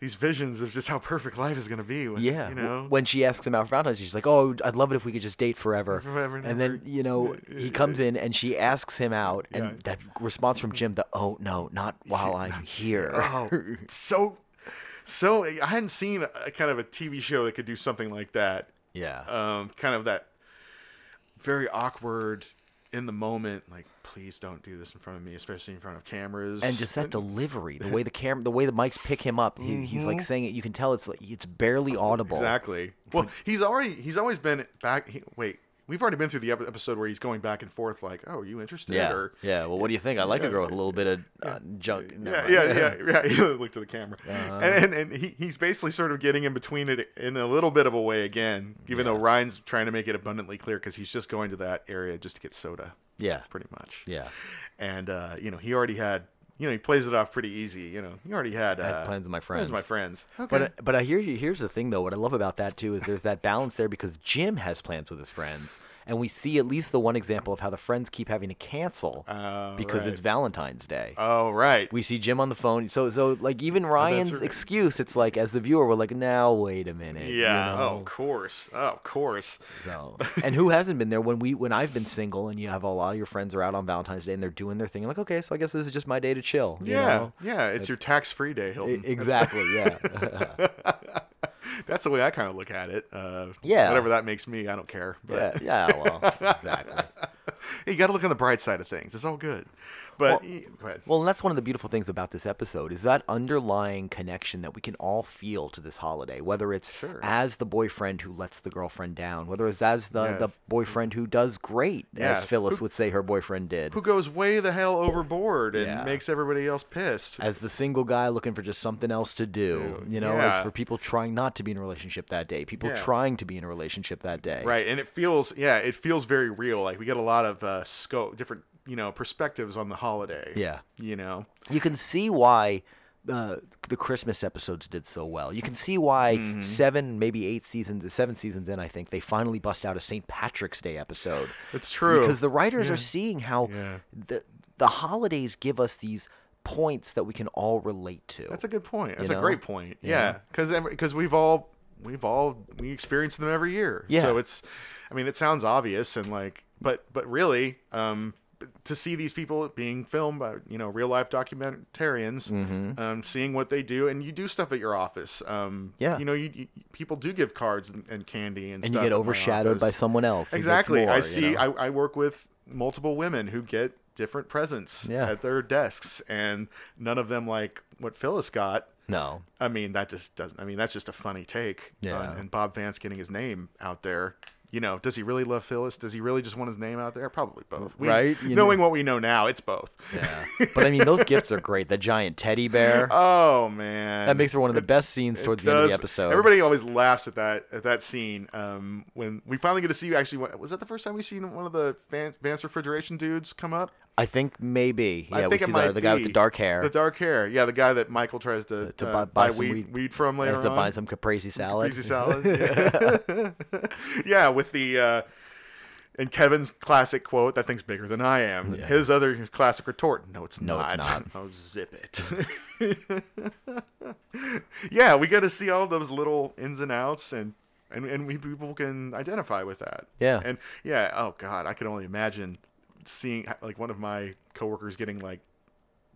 these visions of just how perfect life is going to be. When, Yeah. you w- know. When she asks him out for Valentine's, she's like, "Oh, I'd love it if we could just date forever." [LAUGHS] Forever and and then ever. you know he comes in and she asks him out, and Yeah. that response from Jim, "The oh no, not while I'm here." [LAUGHS] oh, [LAUGHS] so so I hadn't seen a kind of a TV show that could do something like that. yeah. um, kind of that very awkward in the moment, like please don't do this in front of me, especially in front of cameras. and just that delivery, the way the camera, the way the mics pick him up, he, he's like saying it. You can tell it's like it's barely audible. Mm-hmm. Oh, exactly. Well, he's already he's always been back. He, wait, we've already been through the epi- episode where he's going back and forth, like, "Oh, are you interested?" Yeah. Or, Yeah. Well, what do you think? I like a girl with a little bit of uh, junk. never yeah, mind. Uh-huh. yeah, yeah, yeah. He looked to the camera, and and, and he, he's basically sort of getting in between it in a little bit of a way again, even though Ryan's trying to make it abundantly clear because he's just going to that area just to get soda, Yeah. pretty much. [LAUGHS] Yeah. and uh, you know he already had you know he plays it off pretty easy you know he already had, uh, had plans with my friends. my friends okay But but I hear you. Here's the thing, though. What I love about that too is there's that balance there because Jim has plans with his friends, and we see at least the one example of how the friends keep having to cancel Oh, because right. it's Valentine's Day. oh right we see Jim on the phone. So so like even Ryan's right. excuse, it's like as the viewer, we're like, now wait a minute. you yeah oh know? of course oh of course [LAUGHS] So, and who hasn't been there when we when I've been single and you have a lot of your friends are out on Valentine's Day and they're doing their thing. like, okay, so I guess this is just my day to chill. you yeah know? yeah it's your tax-free day E- Hilton. exactly. [LAUGHS] Yeah. that's the way i kind of look at it uh, Yeah. whatever that makes me i don't care yeah. but Yeah. Well, exactly. [LAUGHS] you gotta look on the bright side of things it's all good but Well- y- go ahead. Well, and that's one of the beautiful things about this episode is that underlying connection that we can all feel to this holiday, whether it's Sure. as the boyfriend who lets the girlfriend down, whether it's as the, the Yes. boyfriend who does great, Yeah. as Phyllis Who- would say her boyfriend did, who goes way the hell overboard and Yeah. makes everybody else pissed as the single guy looking for just something else to do, Do, you know, as yeah. for people trying not to be in a relationship that day, people Yeah. trying to be in a relationship that day. Right, and it feels yeah, it feels very real. Like we get a lot of uh, scope, different you know perspectives on the holiday. Yeah. you know, you can see why uh, the Christmas episodes did so well. You can see why Mm-hmm. seven, maybe eight seasons, seven seasons in, I think they finally bust out a St. Patrick's Day episode it's true. because the writers are seeing how Yeah. the the holidays give us these points that we can all relate to. that's a good point. That's know? a great point. Yeah. Yeah, because because we've all we've all we experience them every year. Yeah. so it's, I mean, it sounds obvious and like, but but really, um, to see these people being filmed by you know real life documentarians, Mm-hmm. um, seeing what they do, and you do stuff at your office. Um, Yeah. you know, you, you people do give cards and, and candy and and, you stuff get at my overshadowed by office. someone else. who gets Exactly. more, I you see. know? I, I work with multiple women who get different presents Yeah. at their desks, and none of them like what Phyllis got. no. I mean, that just doesn't. I mean, that's just a funny take. Yeah. on- and Bob Vance getting his name out there. You know, does he really love Phyllis? Does he really just want his name out there? Probably both. We- Right, you knowing what we know now, it's both. Yeah. But I mean, those gifts are great. The giant teddy bear. [LAUGHS] Oh man, that makes for one of the best scenes towards the end of the does- episode. Everybody always laughs at that at that scene um, when we finally get to see. Actually, what- was that the first time we seen one of the Van- Vance refrigeration dudes come up? I think maybe. Yeah, I think we it see might the, the guy with be the dark hair. The dark hair, yeah, the guy that Michael tries to, to uh, buy, buy, buy, some weed, weed, weed from later and to on. buy some caprese salad. Greasy salad. [LAUGHS] Yeah. Yeah, [LAUGHS] with the. Uh, and Kevin's classic quote, "That thing's bigger than I am." His other his classic retort, "No, it's No, it's not. not. [LAUGHS] oh, zip it." [LAUGHS] yeah, we got to see all those little ins and outs, and and and we people can identify with that. Yeah. and yeah. Oh God, I can only imagine seeing like one of my coworkers getting like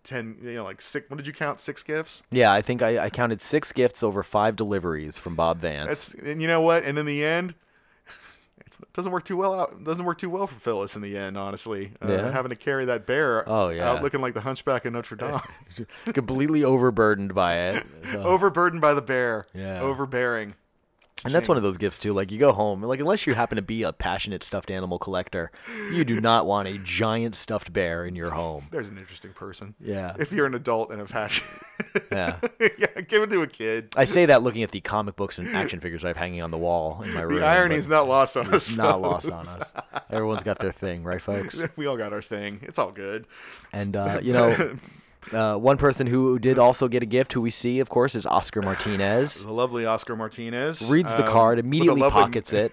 ten, you know, like six. What did you count? Six gifts. Yeah, I think I, I counted six gifts over five deliveries from Bob Vance. That's and you know what? And in the end, it's, it doesn't work too well out. Doesn't work too well for Phyllis in the end, honestly. Uh, Yeah. Having to carry that bear Oh, yeah. out looking like the Hunchback of [LAUGHS] Notre Dame, [LAUGHS] completely overburdened by it. so- Oh, overburdened by the bear. Yeah. Overbearing. and that's one of those gifts too. Like you go home, like unless you happen to be a passionate stuffed animal collector, you do not want a giant stuffed bear in your home. There's an interesting person. Yeah. If you're an adult and a passion. [LAUGHS] Yeah. [LAUGHS] yeah. Give it to a kid. I say that looking at the comic books and action figures I have hanging on the wall in my room. the irony but is not lost on us. it's not lost folks. on us. [LAUGHS] Everyone's got their thing, right, folks? We all got our thing. It's all good. And uh, you know, Uh, one person who did also get a gift, who we see, of course, is Oscar [LAUGHS] Martinez. The lovely Oscar Martinez um, Reads the card, with a immediately lovely- pockets [LAUGHS] it.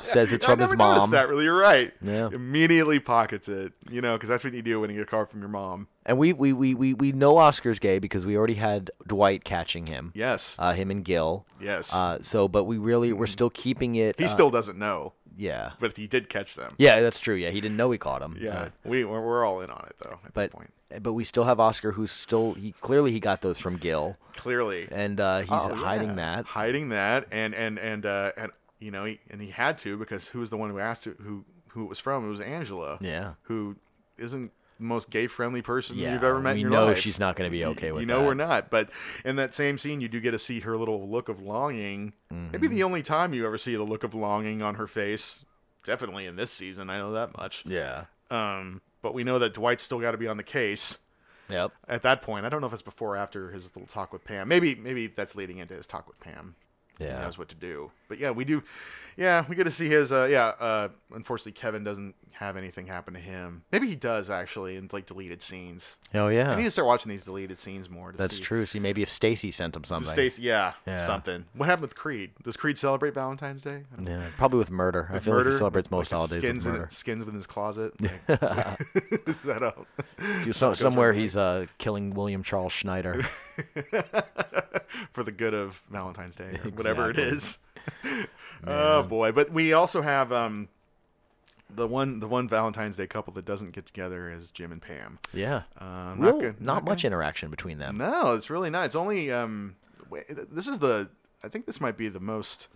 Says it's I from his never noticed mom. That really, you're right. Yeah. Immediately pockets it, you know, because that's what you do when you get a card from your mom. And we, we, we, we, we know Oscar's gay because we already had Dwight catching him. Yes. Uh, him and Gil. Yes. Mm-hmm. Uh, so, but we really, we're still keeping it. he uh, still doesn't know, Yeah. but he did catch them. Yeah, that's true. Yeah, he didn't know we caught him. Yeah. Uh, we we're, we're all in on it though at but this point. but we still have Oscar, who's still he clearly he got those from Gil, Clearly. and uh, he's Oh, hiding yeah. that. Hiding that, and and and uh, and you know, he, and he had to because who was the one who asked who- who who it was from? It was Angela. Yeah. Who isn't the most gay friendly person Yeah, you've ever met we in your know life. she's not gonna be You- okay with You know that. we're not, but in that same scene, you do get to see her little look of longing. Maybe Mm-hmm. the only time you ever see the look of longing on her face. Definitely in this season, I know that much. Yeah. Um, but we know that Dwight's still got to be on the case Yep. at that point. I don't know if it's before or after his little talk with Pam. Maybe maybe that's leading into his talk with Pam. He Yeah. knows what to do. But yeah, we do. Yeah, we get to see his. Uh, yeah. Uh, unfortunately, Kevin doesn't have anything happen to him. Maybe he does actually in like deleted scenes. Oh I need yeah. to start watching these deleted scenes more. To That's see. true. See, maybe if Stacy sent him something. Stacy, yeah, Yeah. something. What happened with Creed? Does Creed celebrate Valentine's Day? I don't know. Yeah, probably with murder. I feel like he celebrates most Like, holidays with skins murder. In, skins within his closet. [LAUGHS] Like, [LAUGHS] is that all? [LAUGHS] You- so- somewhere he's uh, killing William Charles Schneider. for the good of Valentine's Day, or whatever it Exactly. is. [LAUGHS] oh boy! But we also have um, the one the one Valentine's Day couple that doesn't get together is Jim and Pam. Yeah. Um, Real- not good. not much interaction between them. No, it's really not. It's only um, wa- this is the I think this might be the most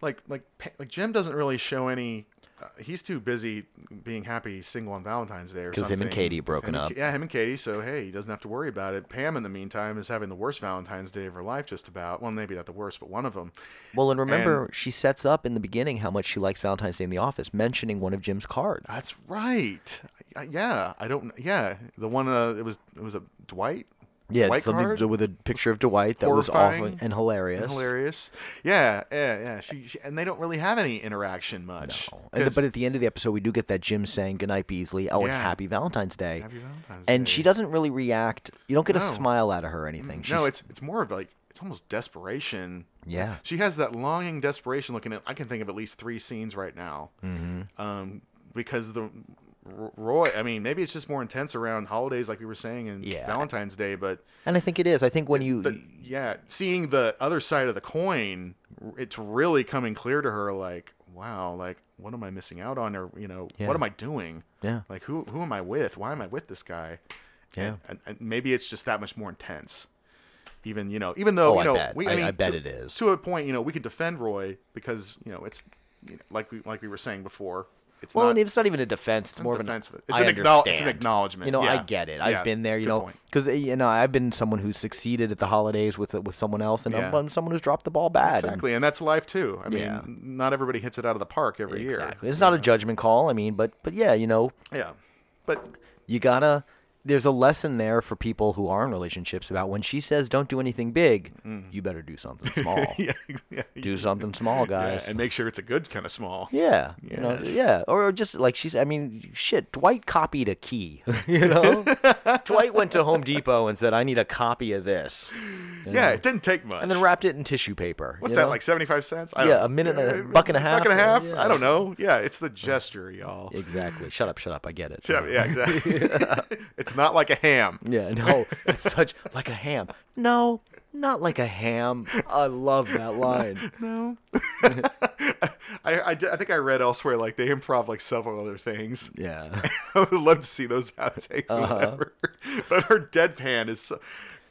like like Pa- like Jim doesn't really show any. Uh, he's too busy being happy single on Valentine's Day or 'Cause him and something. Katie broken Him and up. Ka- yeah, him and Katie. So hey, he doesn't have to worry about it. Pam, in the meantime, is having the worst Valentine's Day of her life, just about. Well, maybe not the worst, but one of them. Well, and remember, she sets up in the beginning how much she likes Valentine's Day in the office, mentioning one of Jim's cards. That's right. I, I- yeah, I don't. Yeah, the one. Uh, it was it was a Dwight. yeah, Dwight something card? to do with a picture of Dwight that was awful horrifying and hilarious. hilarious. Yeah, yeah, yeah. She, she and they don't really have any interaction much. Oh, and the- 'Cause- but at the end of the episode, we do get that Jim saying goodnight, Beasley. Oh, and Yeah. happy Valentine's Day. Happy Valentine's and Day. she doesn't really react. You don't get No. Mm, a smile out of her or anything. She's, no, it's it's more of like it's almost desperation. Yeah. she has that longing desperation. Looking at, I can think of at least three scenes right now. Mm-hmm. Um, because the R- Roy, I mean, maybe it's just more intense around holidays, like we were saying, and Yeah. Valentine's Day, but. and I think it is. I think when you But yeah, seeing the other side of the coin, r- it's really coming clear to her. Like, wow, like what am I missing out on, or you know, Yeah. what am I doing? Yeah. Like who who am I with? Why am I with this guy? Yeah. And, and, and maybe it's just that much more intense. Even you know, even though Oh, I you know, bet. we I- mean, I bet to- it is. to a point. You know, we can defend Roy because you know it's you know, like we like we were saying before. It's well, not, and it's not even a defense. It's more of an defensive. It's I an acknowl- it's an understand. acknowledgement. You know, I Yeah. get it. I've Yeah, been there. You good know, point. because you know I've been someone who's succeeded at the holidays with with someone else, and I'm Yeah. I'm someone who's dropped the ball bad. and- exactly, and that's life too. I mean, Yeah. not everybody hits it out of the park every Exactly. year. It's not a judgment call. I mean, but but yeah, you know, Yeah, but [LAUGHS] you gotta. There's a lesson there for people who are in relationships about when she says don't do anything big, you better do something small. Mm. [LAUGHS] yeah, yeah, Do something small, yeah, guys. and make sure it's a good kind of small. Yeah. You know, Yes. yeah. Or or just like she's I mean, shit, Dwight copied a key, [LAUGHS] you [LAUGHS] know? Dwight went to Home Depot and said, I need a copy of this. you Yeah, know? it didn't take much. And then wrapped it in tissue paper. What's you that know? like? Seventy-five cents? I Yeah, don't- a minute and a- Yeah, buck and a Buck and a half, half? yeah. I don't know. Yeah, it's the gesture, y'all. Yeah, Exactly. Shut up, shut up. I get it. [LAUGHS] yeah, exactly. [LAUGHS] it's not like a ham. Yeah, no. It's such like a ham. No, not like a ham. I love [LAUGHS] that line. No. I, I, did- I think I read elsewhere like they improv like several other things. Yeah. [LAUGHS] I would love to see those outtakes or Uh-huh. whatever. [LAUGHS] But her deadpan is so...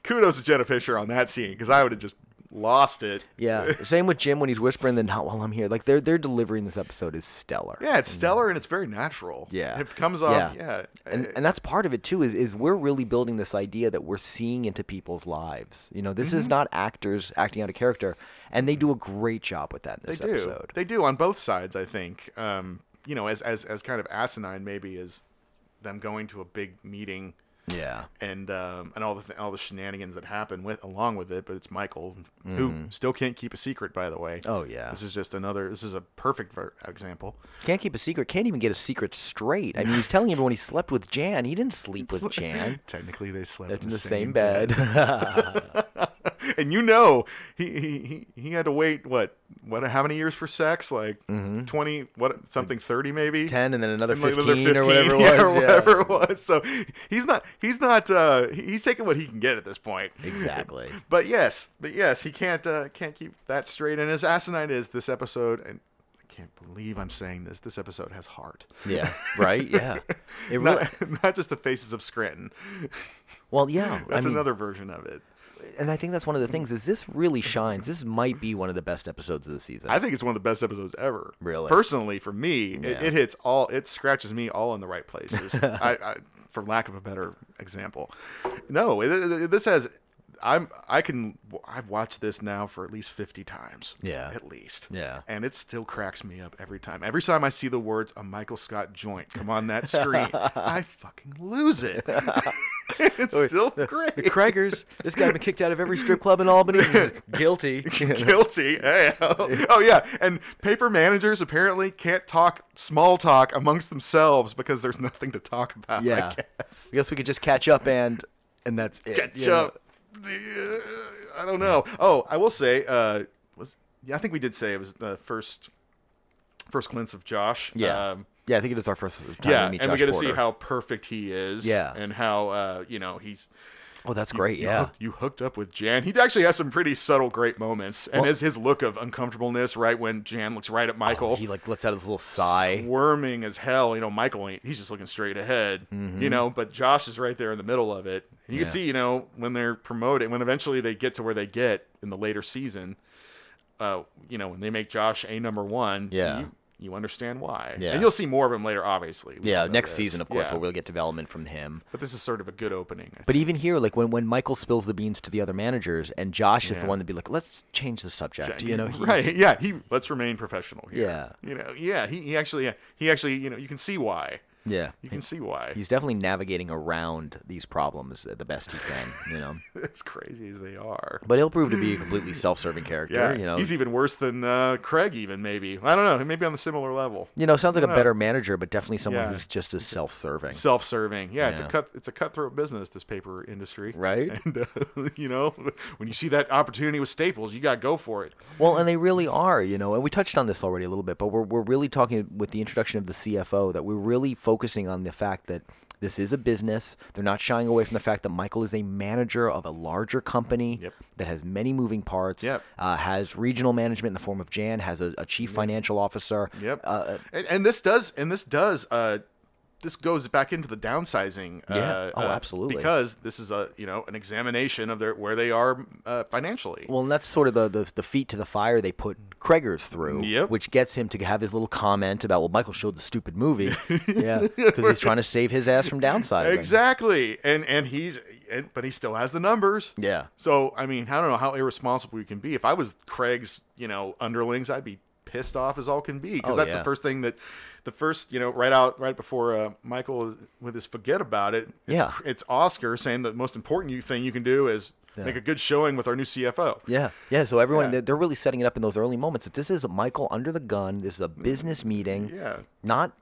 kudos to Jenna Fisher on that scene because I would have just lost it. Yeah. Same with Jim when he's whispering the not while I'm here. Like they're they're delivering this episode is stellar. Yeah, it's stellar and it's very natural. Mm. Yeah. it comes off. Yeah. Yeah, eh, and, and that's part of it too is, is we're really building this idea that we're seeing into people's lives you know this Mm-hmm. is not actors acting out a character and they do a great job with that in they this do. episode They do on both sides. I think. Um, you know, as as as kind of asinine maybe as them going to a big meeting Yeah. and um, and all the th- all the shenanigans that happen with along with it. But it's Michael who still can't keep a secret, by the way. Mm-hmm. Oh, yeah. this is just another. This is a perfect ver- example. Can't keep a secret. Can't even get a secret straight. I mean, he's telling everyone he slept with Jan. He didn't sleep with [LAUGHS] Jan. Technically, they slept Slept in the same bed. [LAUGHS] and you know he, he he he had to wait what what how many years for sex? Like Mm-hmm. twenty what something thirty maybe. 10 and then another And like 15, another or [LAUGHS] whatever it was. yeah, or yeah. whatever it was. So he's not he's not uh he- he's taking what he can get at this point. Exactly. But yes, but yes, he can't uh, can't keep that straight. And as asinine as this episode, and I can't believe I'm saying this, this episode has heart. [LAUGHS] Yeah. Right? Yeah. It really, Not, not just the faces of Scranton. well, yeah. That's I mean, another version of it. and I think that's one of the things is this really shines. This might be one of the best episodes of the season. I think it's one of the best episodes ever. Really? Personally, for me, it, Yeah. it hits all. It scratches me all in the right [LAUGHS] places. I, I, for lack of a better example, no. It, it- it- this has. I'm. I can. I've watched this now for at least fifty times. Yeah. At least. Yeah. And it still cracks me up every time. Every time I see the words "a Michael Scott joint" come on [LAUGHS] that screen, I fucking lose it. [LAUGHS] it's still great. the Craigers, this guy been kicked out of every strip club in Albany. [LAUGHS] He's guilty. guilty. [LAUGHS] Hey, oh, oh, yeah, and paper managers apparently can't talk small talk amongst themselves because there's nothing to talk about. yeah. I I guess. guess. we could just catch up and and that's it. Catch you know? up. I don't know. Oh, I will say. Uh, was yeah, I think we did say it was the first first glimpse of Josh. Yeah. Um, yeah, I think it is our first time yeah, we meet and we Josh get to see Porter. how perfect he is. Yeah. and how uh, you know he's Oh, that's great. you Yeah. hooked- you hooked up with Jan. He actually has some pretty subtle, great moments, and his his look of uncomfortableness right when Jan looks right at Michael. He like lets out his little sigh. squirming as hell. You know, Michael ain't. He's just looking straight ahead. You know, but Josh is right there in the middle of it. And Mm-hmm. you Yeah. can see, you know, when they're promoted, when eventually they get to where they get in the later season. Uh, you know, when they make Josh a number one. Yeah. You, you understand why. Yeah. And you'll see more of him later, obviously. We Yeah, all know next this. season, of course, Yeah. we'll really get development from him. But this is sort of a good opening. I But even here, like when, when Michael spills the beans to the other managers, and Josh is Yeah. the one to be like, let's change the subject. You know, he- right? [LAUGHS] Yeah, he let's remain professional here. Yeah. you know, yeah. He, he actually he actually you know you can see why Yeah, you can see why he's definitely navigating around these problems uh, the best he can. You know, [LAUGHS] as crazy as they are. but he'll prove to be a completely self-serving character. Yeah, you know, he's even worse than uh, Craig. Even maybe I don't know. Maybe on the similar level. you know, sounds like a know. better manager, but definitely someone Yeah. who's just as self-serving. Self-serving. Yeah, it's a Yeah. cut. It's a cutthroat business. This paper industry. Right. [LAUGHS] And uh, you know, when you see that opportunity with Staples, you got to go for it. Well, and they really are, you know, and we touched on this already a little bit, but we're, we're really talking with the introduction of the CFO that we're really focusing on the fact that this is a business. They're not shying away from the fact that Michael is a manager of a larger company Yep. that has many moving parts, Yep. uh, has regional management in the form of Jan, has a, a chief financial officer. Yep. Uh, and, and this does, and this does, uh, this goes back into the downsizing. Yeah. uh, Oh, uh, absolutely. Because this is a you know an examination of their where they are uh, financially. well, and that's sort of the, the, the feet to the fire they put Craigers through, Yep. which gets him to have his little comment about, well, Michael showed the stupid [LAUGHS] movie. yeah. Because he's trying to save his ass from downside. exactly. And and he's and, but he still has the numbers. Yeah. So I mean, I don't know how irresponsible you can be. If I was Craig's, you know, underlings, I'd be pissed off as all can be because Oh, that's yeah. the first thing that, the first, you know, right out right before uh, Michael with his forget about it. It's, Yeah. it's Oscar saying the most important you thing you can do is make a good showing with our new CFO. Yeah, yeah. So everyone, Yeah. they're- they're really setting it up in those early moments. That this is Michael under the gun. This is a business meeting. Mm, Yeah. Not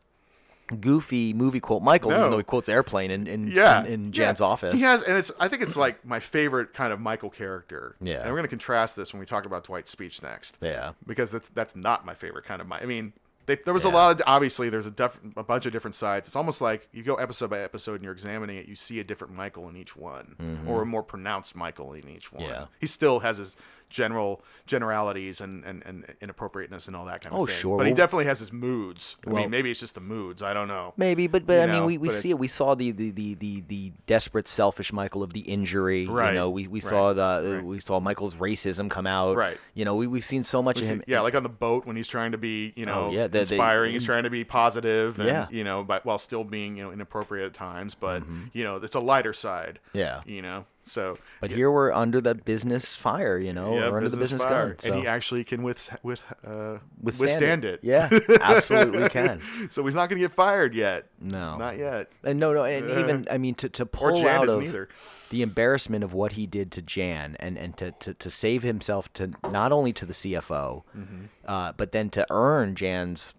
goofy movie quote Michael, No. even though he quotes airplane in in, Yeah, in, in yeah. Jan's office. He has, and it's. I think it's like my favorite kind of Michael character. Yeah. and we're going to contrast this when we talk about Dwight's speech next. Yeah. because that's that's not my favorite kind of my. I mean, they, there was a Yeah. lot of obviously there's a def, a bunch of different sides. It's almost like you go episode by episode and you're examining it. You see a different Michael in each one, or a more pronounced Michael in each one. Mm-hmm. Yeah. he still has his general generalities and and, and inappropriateness and all that kind of Oh, thing. sure. but he Well- definitely has his moods. I Well- mean, maybe it's just the moods. I don't know. Maybe, but but You I know, mean, we, we but see it's- it. We saw the the, the, the the desperate, selfish Michael of the injury. Right, You know, we, we right, saw the uh, right. we saw Michael's racism come out. Right. You know, we we've seen so much We of see- him. yeah, like on the boat when he's trying to be, you know, Oh, yeah, the- the- inspiring. he's trying to be positive, and, Yeah. Mm-hmm. you know, but while still being, you know, inappropriate at times. But you know, it's a lighter side. Yeah. you know, So But here we're under the business fire, you know, yeah, we're under Oh, the business fire. gun. So. and he actually can with with uh, withstand, it. Yeah, absolutely [LAUGHS] can. so he's not going to get fired yet. No. not yet. And no, no, and [LAUGHS] even I mean to, to pull Jan out isn't of either. the embarrassment of what he did to Jan, and and to to, to save himself to not only to the CFO, Mm-hmm. uh, but then to earn Jan's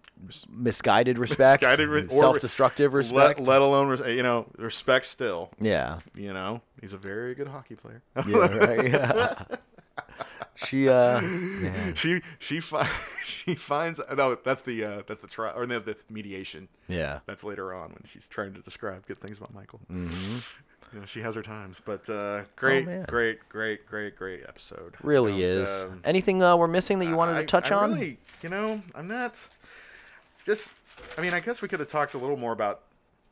misguided respect, [LAUGHS] Guided re- or- self-destructive let- respect. Let, alone res- you know respect. Still, [LAUGHS] yeah, you know he's a very good hockey player. yeah, right. Yeah. she, uh, yeah, she she fi- [LAUGHS] she finds no that's the uh, that's the trial or no, the mediation. yeah. That's later on when she's trying to describe good things about Michael. You know, she has her times, but uh, great, Mm-hmm. Oh, man. great, great, great, great episode. really And, is. um, Anything uh, we're missing that you wanted I- to touch I on? Really, you know, I'm not. Just, I mean, I guess we could have talked a little more about.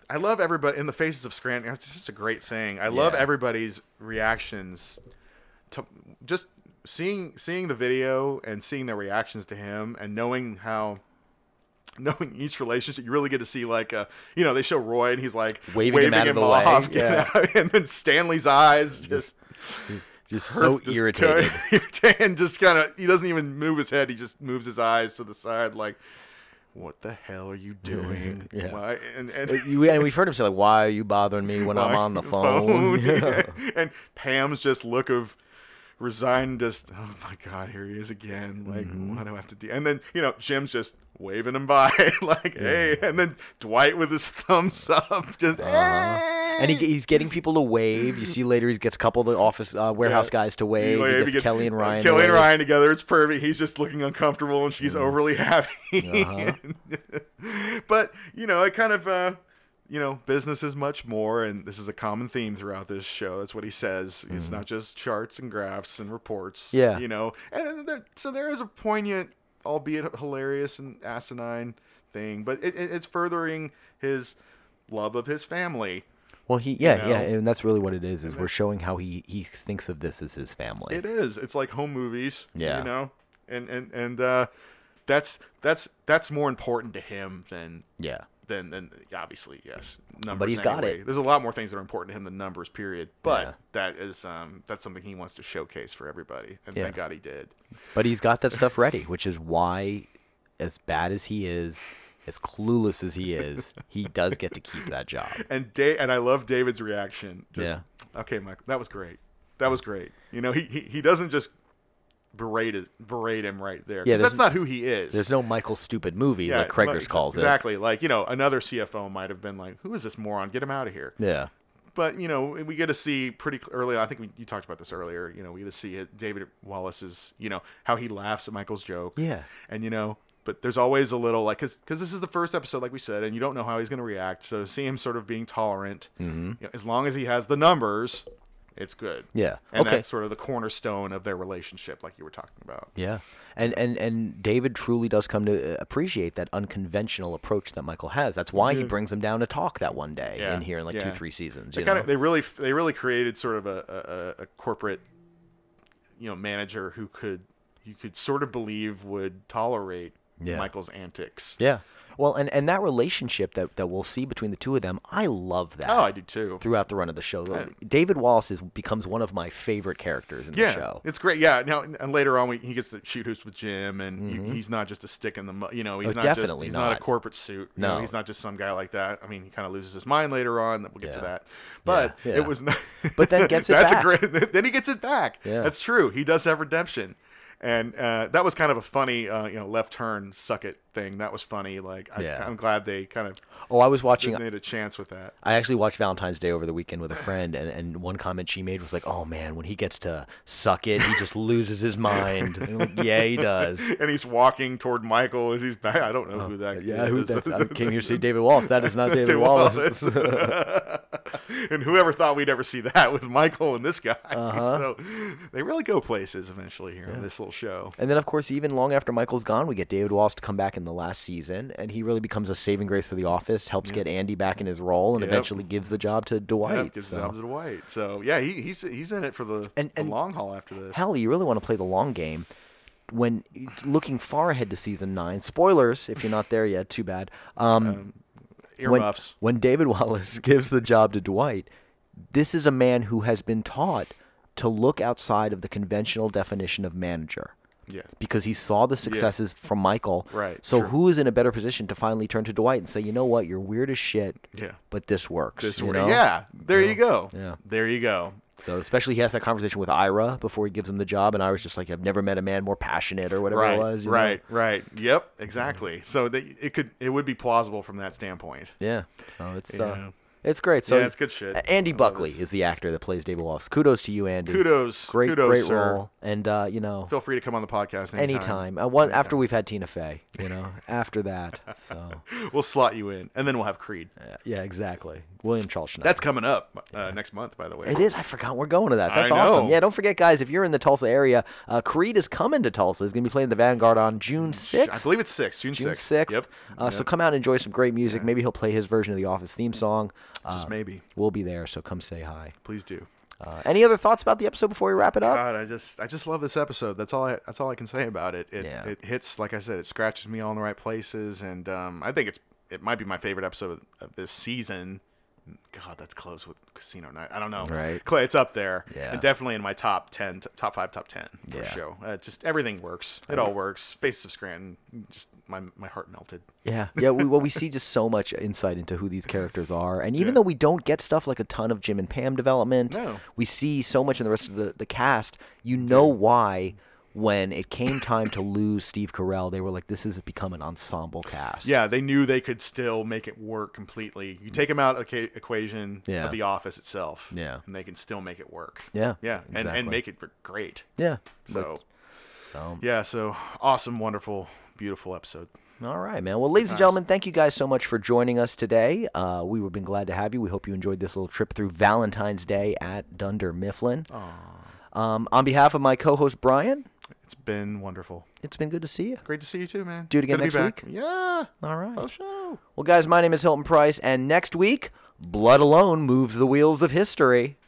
I love everybody in the faces of Scranton. It's just a great thing. I love Yeah. everybody's reactions to just seeing seeing the video and seeing their reactions to him and knowing how knowing each relationship you really get to see like uh you know they show roy and he's like Waving him out of the way, off, [LAUGHS] you yeah. know, and then stanley's eyes just Just so perf- just irritated. [LAUGHS] go- irritated, and just kind of he doesn't even move his head. He just moves his eyes to the side, like, "What the hell are you doing?" [LAUGHS] Yeah. Why? And, and [LAUGHS] you, and we've heard him say like, "Why are you bothering me when I'm why- [LAUGHS] on the phone?" [LAUGHS] Yeah. and Pam's just look of resigned, just oh my god, here he is again. Like, Mm-hmm. why do I have to do? And then you know, Jim's just waving him [LAUGHS] by, like, "Hey!" And then Dwight with his [LAUGHS] thumbs up, just. "Hey!" Uh-huh. And he, he's getting people to wave. You see later he gets a couple of the office uh, warehouse Yeah. guys to wave. Like, he if gets you get Kelly and Ryan. to Kelly and wave. Ryan together. It's perfect. He's just looking uncomfortable, and she's overly [LAUGHS] happy. Uh-huh. [LAUGHS] but you know, it kind of, uh, you know, business is much more, and this is a common theme throughout this show. That's what he says. It's not just charts and graphs and Mm. reports. Yeah. you know, and then there, so there is a poignant, albeit hilarious and asinine thing, but it, it, it's furthering his love of his family. Well, he yeah know? yeah, and that's really what it is. Is we're showing how he he thinks of this as his family. It is. It's like home movies. Yeah. You know, and and and uh, that's that's that's more important to him than yeah. than than obviously yes numbers. he's got anyway. it. There's a lot more things that are important to him than numbers. Period. But Yeah. that is um that's something he wants to showcase for everybody, and Yeah. thank God he did. But he's got that stuff ready, which is why, as bad as he is, as clueless as he is, he does get to keep that job. And da- and I love David's reaction. Just, Yeah. Okay, Mike, that was great. That was great. You know, he he, he doesn't just berate his- berate him right there. Yeah, 'cause there's that's not who he is. There's no Michael stupid movie like it mu- Craigers ex- calls exactly. Like you know, another CFO might have been like, "Who is this moron? Get him out of here." it. Yeah. But you know, we get to see pretty cl- early. I think we, you talked about this earlier. You know, we get to see it, David Wallace's. You know how he laughs at Michael's joke. Yeah. And you know, but there's always a little like because this is the first episode, like we said, and you don't know how he's going to react. So see him sort of being tolerant. Mm-hmm. as long as he has the numbers, it's good. Yeah. And Okay. that's sort of the cornerstone of their relationship, like you were talking about. Yeah, and and and David truly does come to uh, appreciate that unconventional approach that Michael has. That's why he brings him down to talk that one day Yeah, in here in like two yeah. three seasons. they you kind know? of they really they really created sort of a, a, a- a corporate you know manager who could you could sort of believe would tolerate Yeah. Michael's antics. yeah. Well, and and that relationship that that we'll see between the two of them, I love that. Oh, I do too. Throughout the run of the show, David Wallace is becomes one of my favorite characters in the Yeah, show. it's great. Yeah, now and later on, we, he gets to shoot hoops with Jim, and he- he's not just a stick in the mud. You know, he's Mm-hmm. Oh, not definitely just he's not. not. a corporate suit. you know, No. he's not just some guy like that. I mean, he kind of loses his mind later on. We'll get to Yeah. that, but Yeah, yeah. it [LAUGHS] was. Not, But then gets it that's back. a great. [LAUGHS] Then he gets it back. Yeah. that's true. He does have redemption. And uh, that was kind of a funny, uh, you know, left turn, suck it thing. That was funny. Like, I, Yeah. I'm glad they kind of Oh, I was watching. made a chance [LAUGHS] with that. I actually watched Valentine's Day over the weekend with a friend, and, and one comment she made was like, "Oh man, when he gets to suck it, he just loses his mind." And I'm [LAUGHS] like, yeah, he does. And he's walking toward Michael as he's back. I don't know who that. Oh, Yeah, kid who is. [LAUGHS] that? I came here to see David Wallace. That is not [LAUGHS] David, David Wallace. Wallace. [LAUGHS] and whoever thought we'd ever see that with Michael and this guy. [LAUGHS] Uh-huh. So they really go places eventually here on this little show. and then, of course, even long after Michael's gone, we get David Wallace to come back in the last season, and he really becomes a saving grace for the office. Helps get Andy back in his role, and Yep. eventually gives the job to Dwight. Yeah, gives so. the job to Dwight. So yeah, he, he's he's in it for the, And- the and- long haul after this. Hell, you really want to play the long game. When looking far ahead to season nine, spoilers if you're not there yet, too bad. Um, Earmuffs. [LAUGHS] When, when David Wallace gives the job to Dwight, This is a man who has been taught to look outside of the conventional definition of manager Yeah. because he saw the successes from Michael. Right, So true. who is in a better position to finally turn to Dwight and say, you know what, you're weird as shit. Yeah. But this works. This you way. know? Yeah. There you go. Yeah. There you go. So especially he has that conversation with Ira before he gives him the job, and Ira's just like, I've never met a man more passionate or whatever right. it was. you know? right. Right. Yep. Exactly. So that it could it would be plausible from that standpoint. Yeah. So it's Yeah. uh, it's great. So Yeah, it's good shit. A- I Andy love Buckley this. is the actor that plays David Wallace. Kudos to you, Andy. Kudos. Great, Kudos, great sir. role. And uh, you know, Feel free to come on the podcast anytime. anytime. Uh, one after we've had Tina Fey. You know, after that. So We'll slot you in, and then we'll have Creed. yeah, yeah, exactly. William Charles Schneider. That's coming up uh, next month, by the way. It is. I forgot we're going to that. That's I awesome. know. Yeah, don't forget, guys, if you're in the Tulsa area, uh, Creed is coming to Tulsa. He's going to be playing the Vanguard on June 6th. Mm, I believe it's six, June June sixth. 6th. Yep. Uh, So come out and enjoy some great music. Maybe he'll play his version of the Office theme song. Uh, Just maybe. We'll be there, so come say hi. Please do. Uh, any other thoughts about the episode before we wrap it up? God, I just I just love this episode. That's all I that's all I can say about it. It Yeah. it hits like I said, it scratches me all in the right places, and um, I think it's it might be my favorite episode of this season. God, that's close with Casino Night. I don't know. Right. Clay, it's up there. Yeah. And definitely in my top ten, t- top five, top ten for Yeah. show. Uh, just everything works. It all works. Faces of Scranton. Just my my heart melted. Yeah, yeah. We, well, we see just so much insight into who these characters are, and even though we don't get stuff like a ton of Jim and Pam development, No. we see so much in the rest of the, the cast. You know why? When it came time to lose Steve Carell, they were like, "This has become an ensemble cast." Yeah, they knew they could still make it work completely. You take them out of the ca- equation Yeah. of the office itself, Yeah. and they can still make it work. Yeah, yeah, and and exactly. make it gr- great. yeah. But- So so yeah, so awesome, wonderful, beautiful episode. All right, man. Well, ladies and gentlemen, thank you guys so much for joining us today. Uh, we have been glad to have you. We hope you enjoyed this little trip through Valentine's Day at Dunder Mifflin. Um, on behalf of my co-host Brian, It's been wonderful. it's been good to see you. Great to see you too, man. Do it again Good to be next back. week? Yeah. All right. Oh, show. Well, guys, my name is Hilton Price, and next week, Blood Alone moves the wheels of history.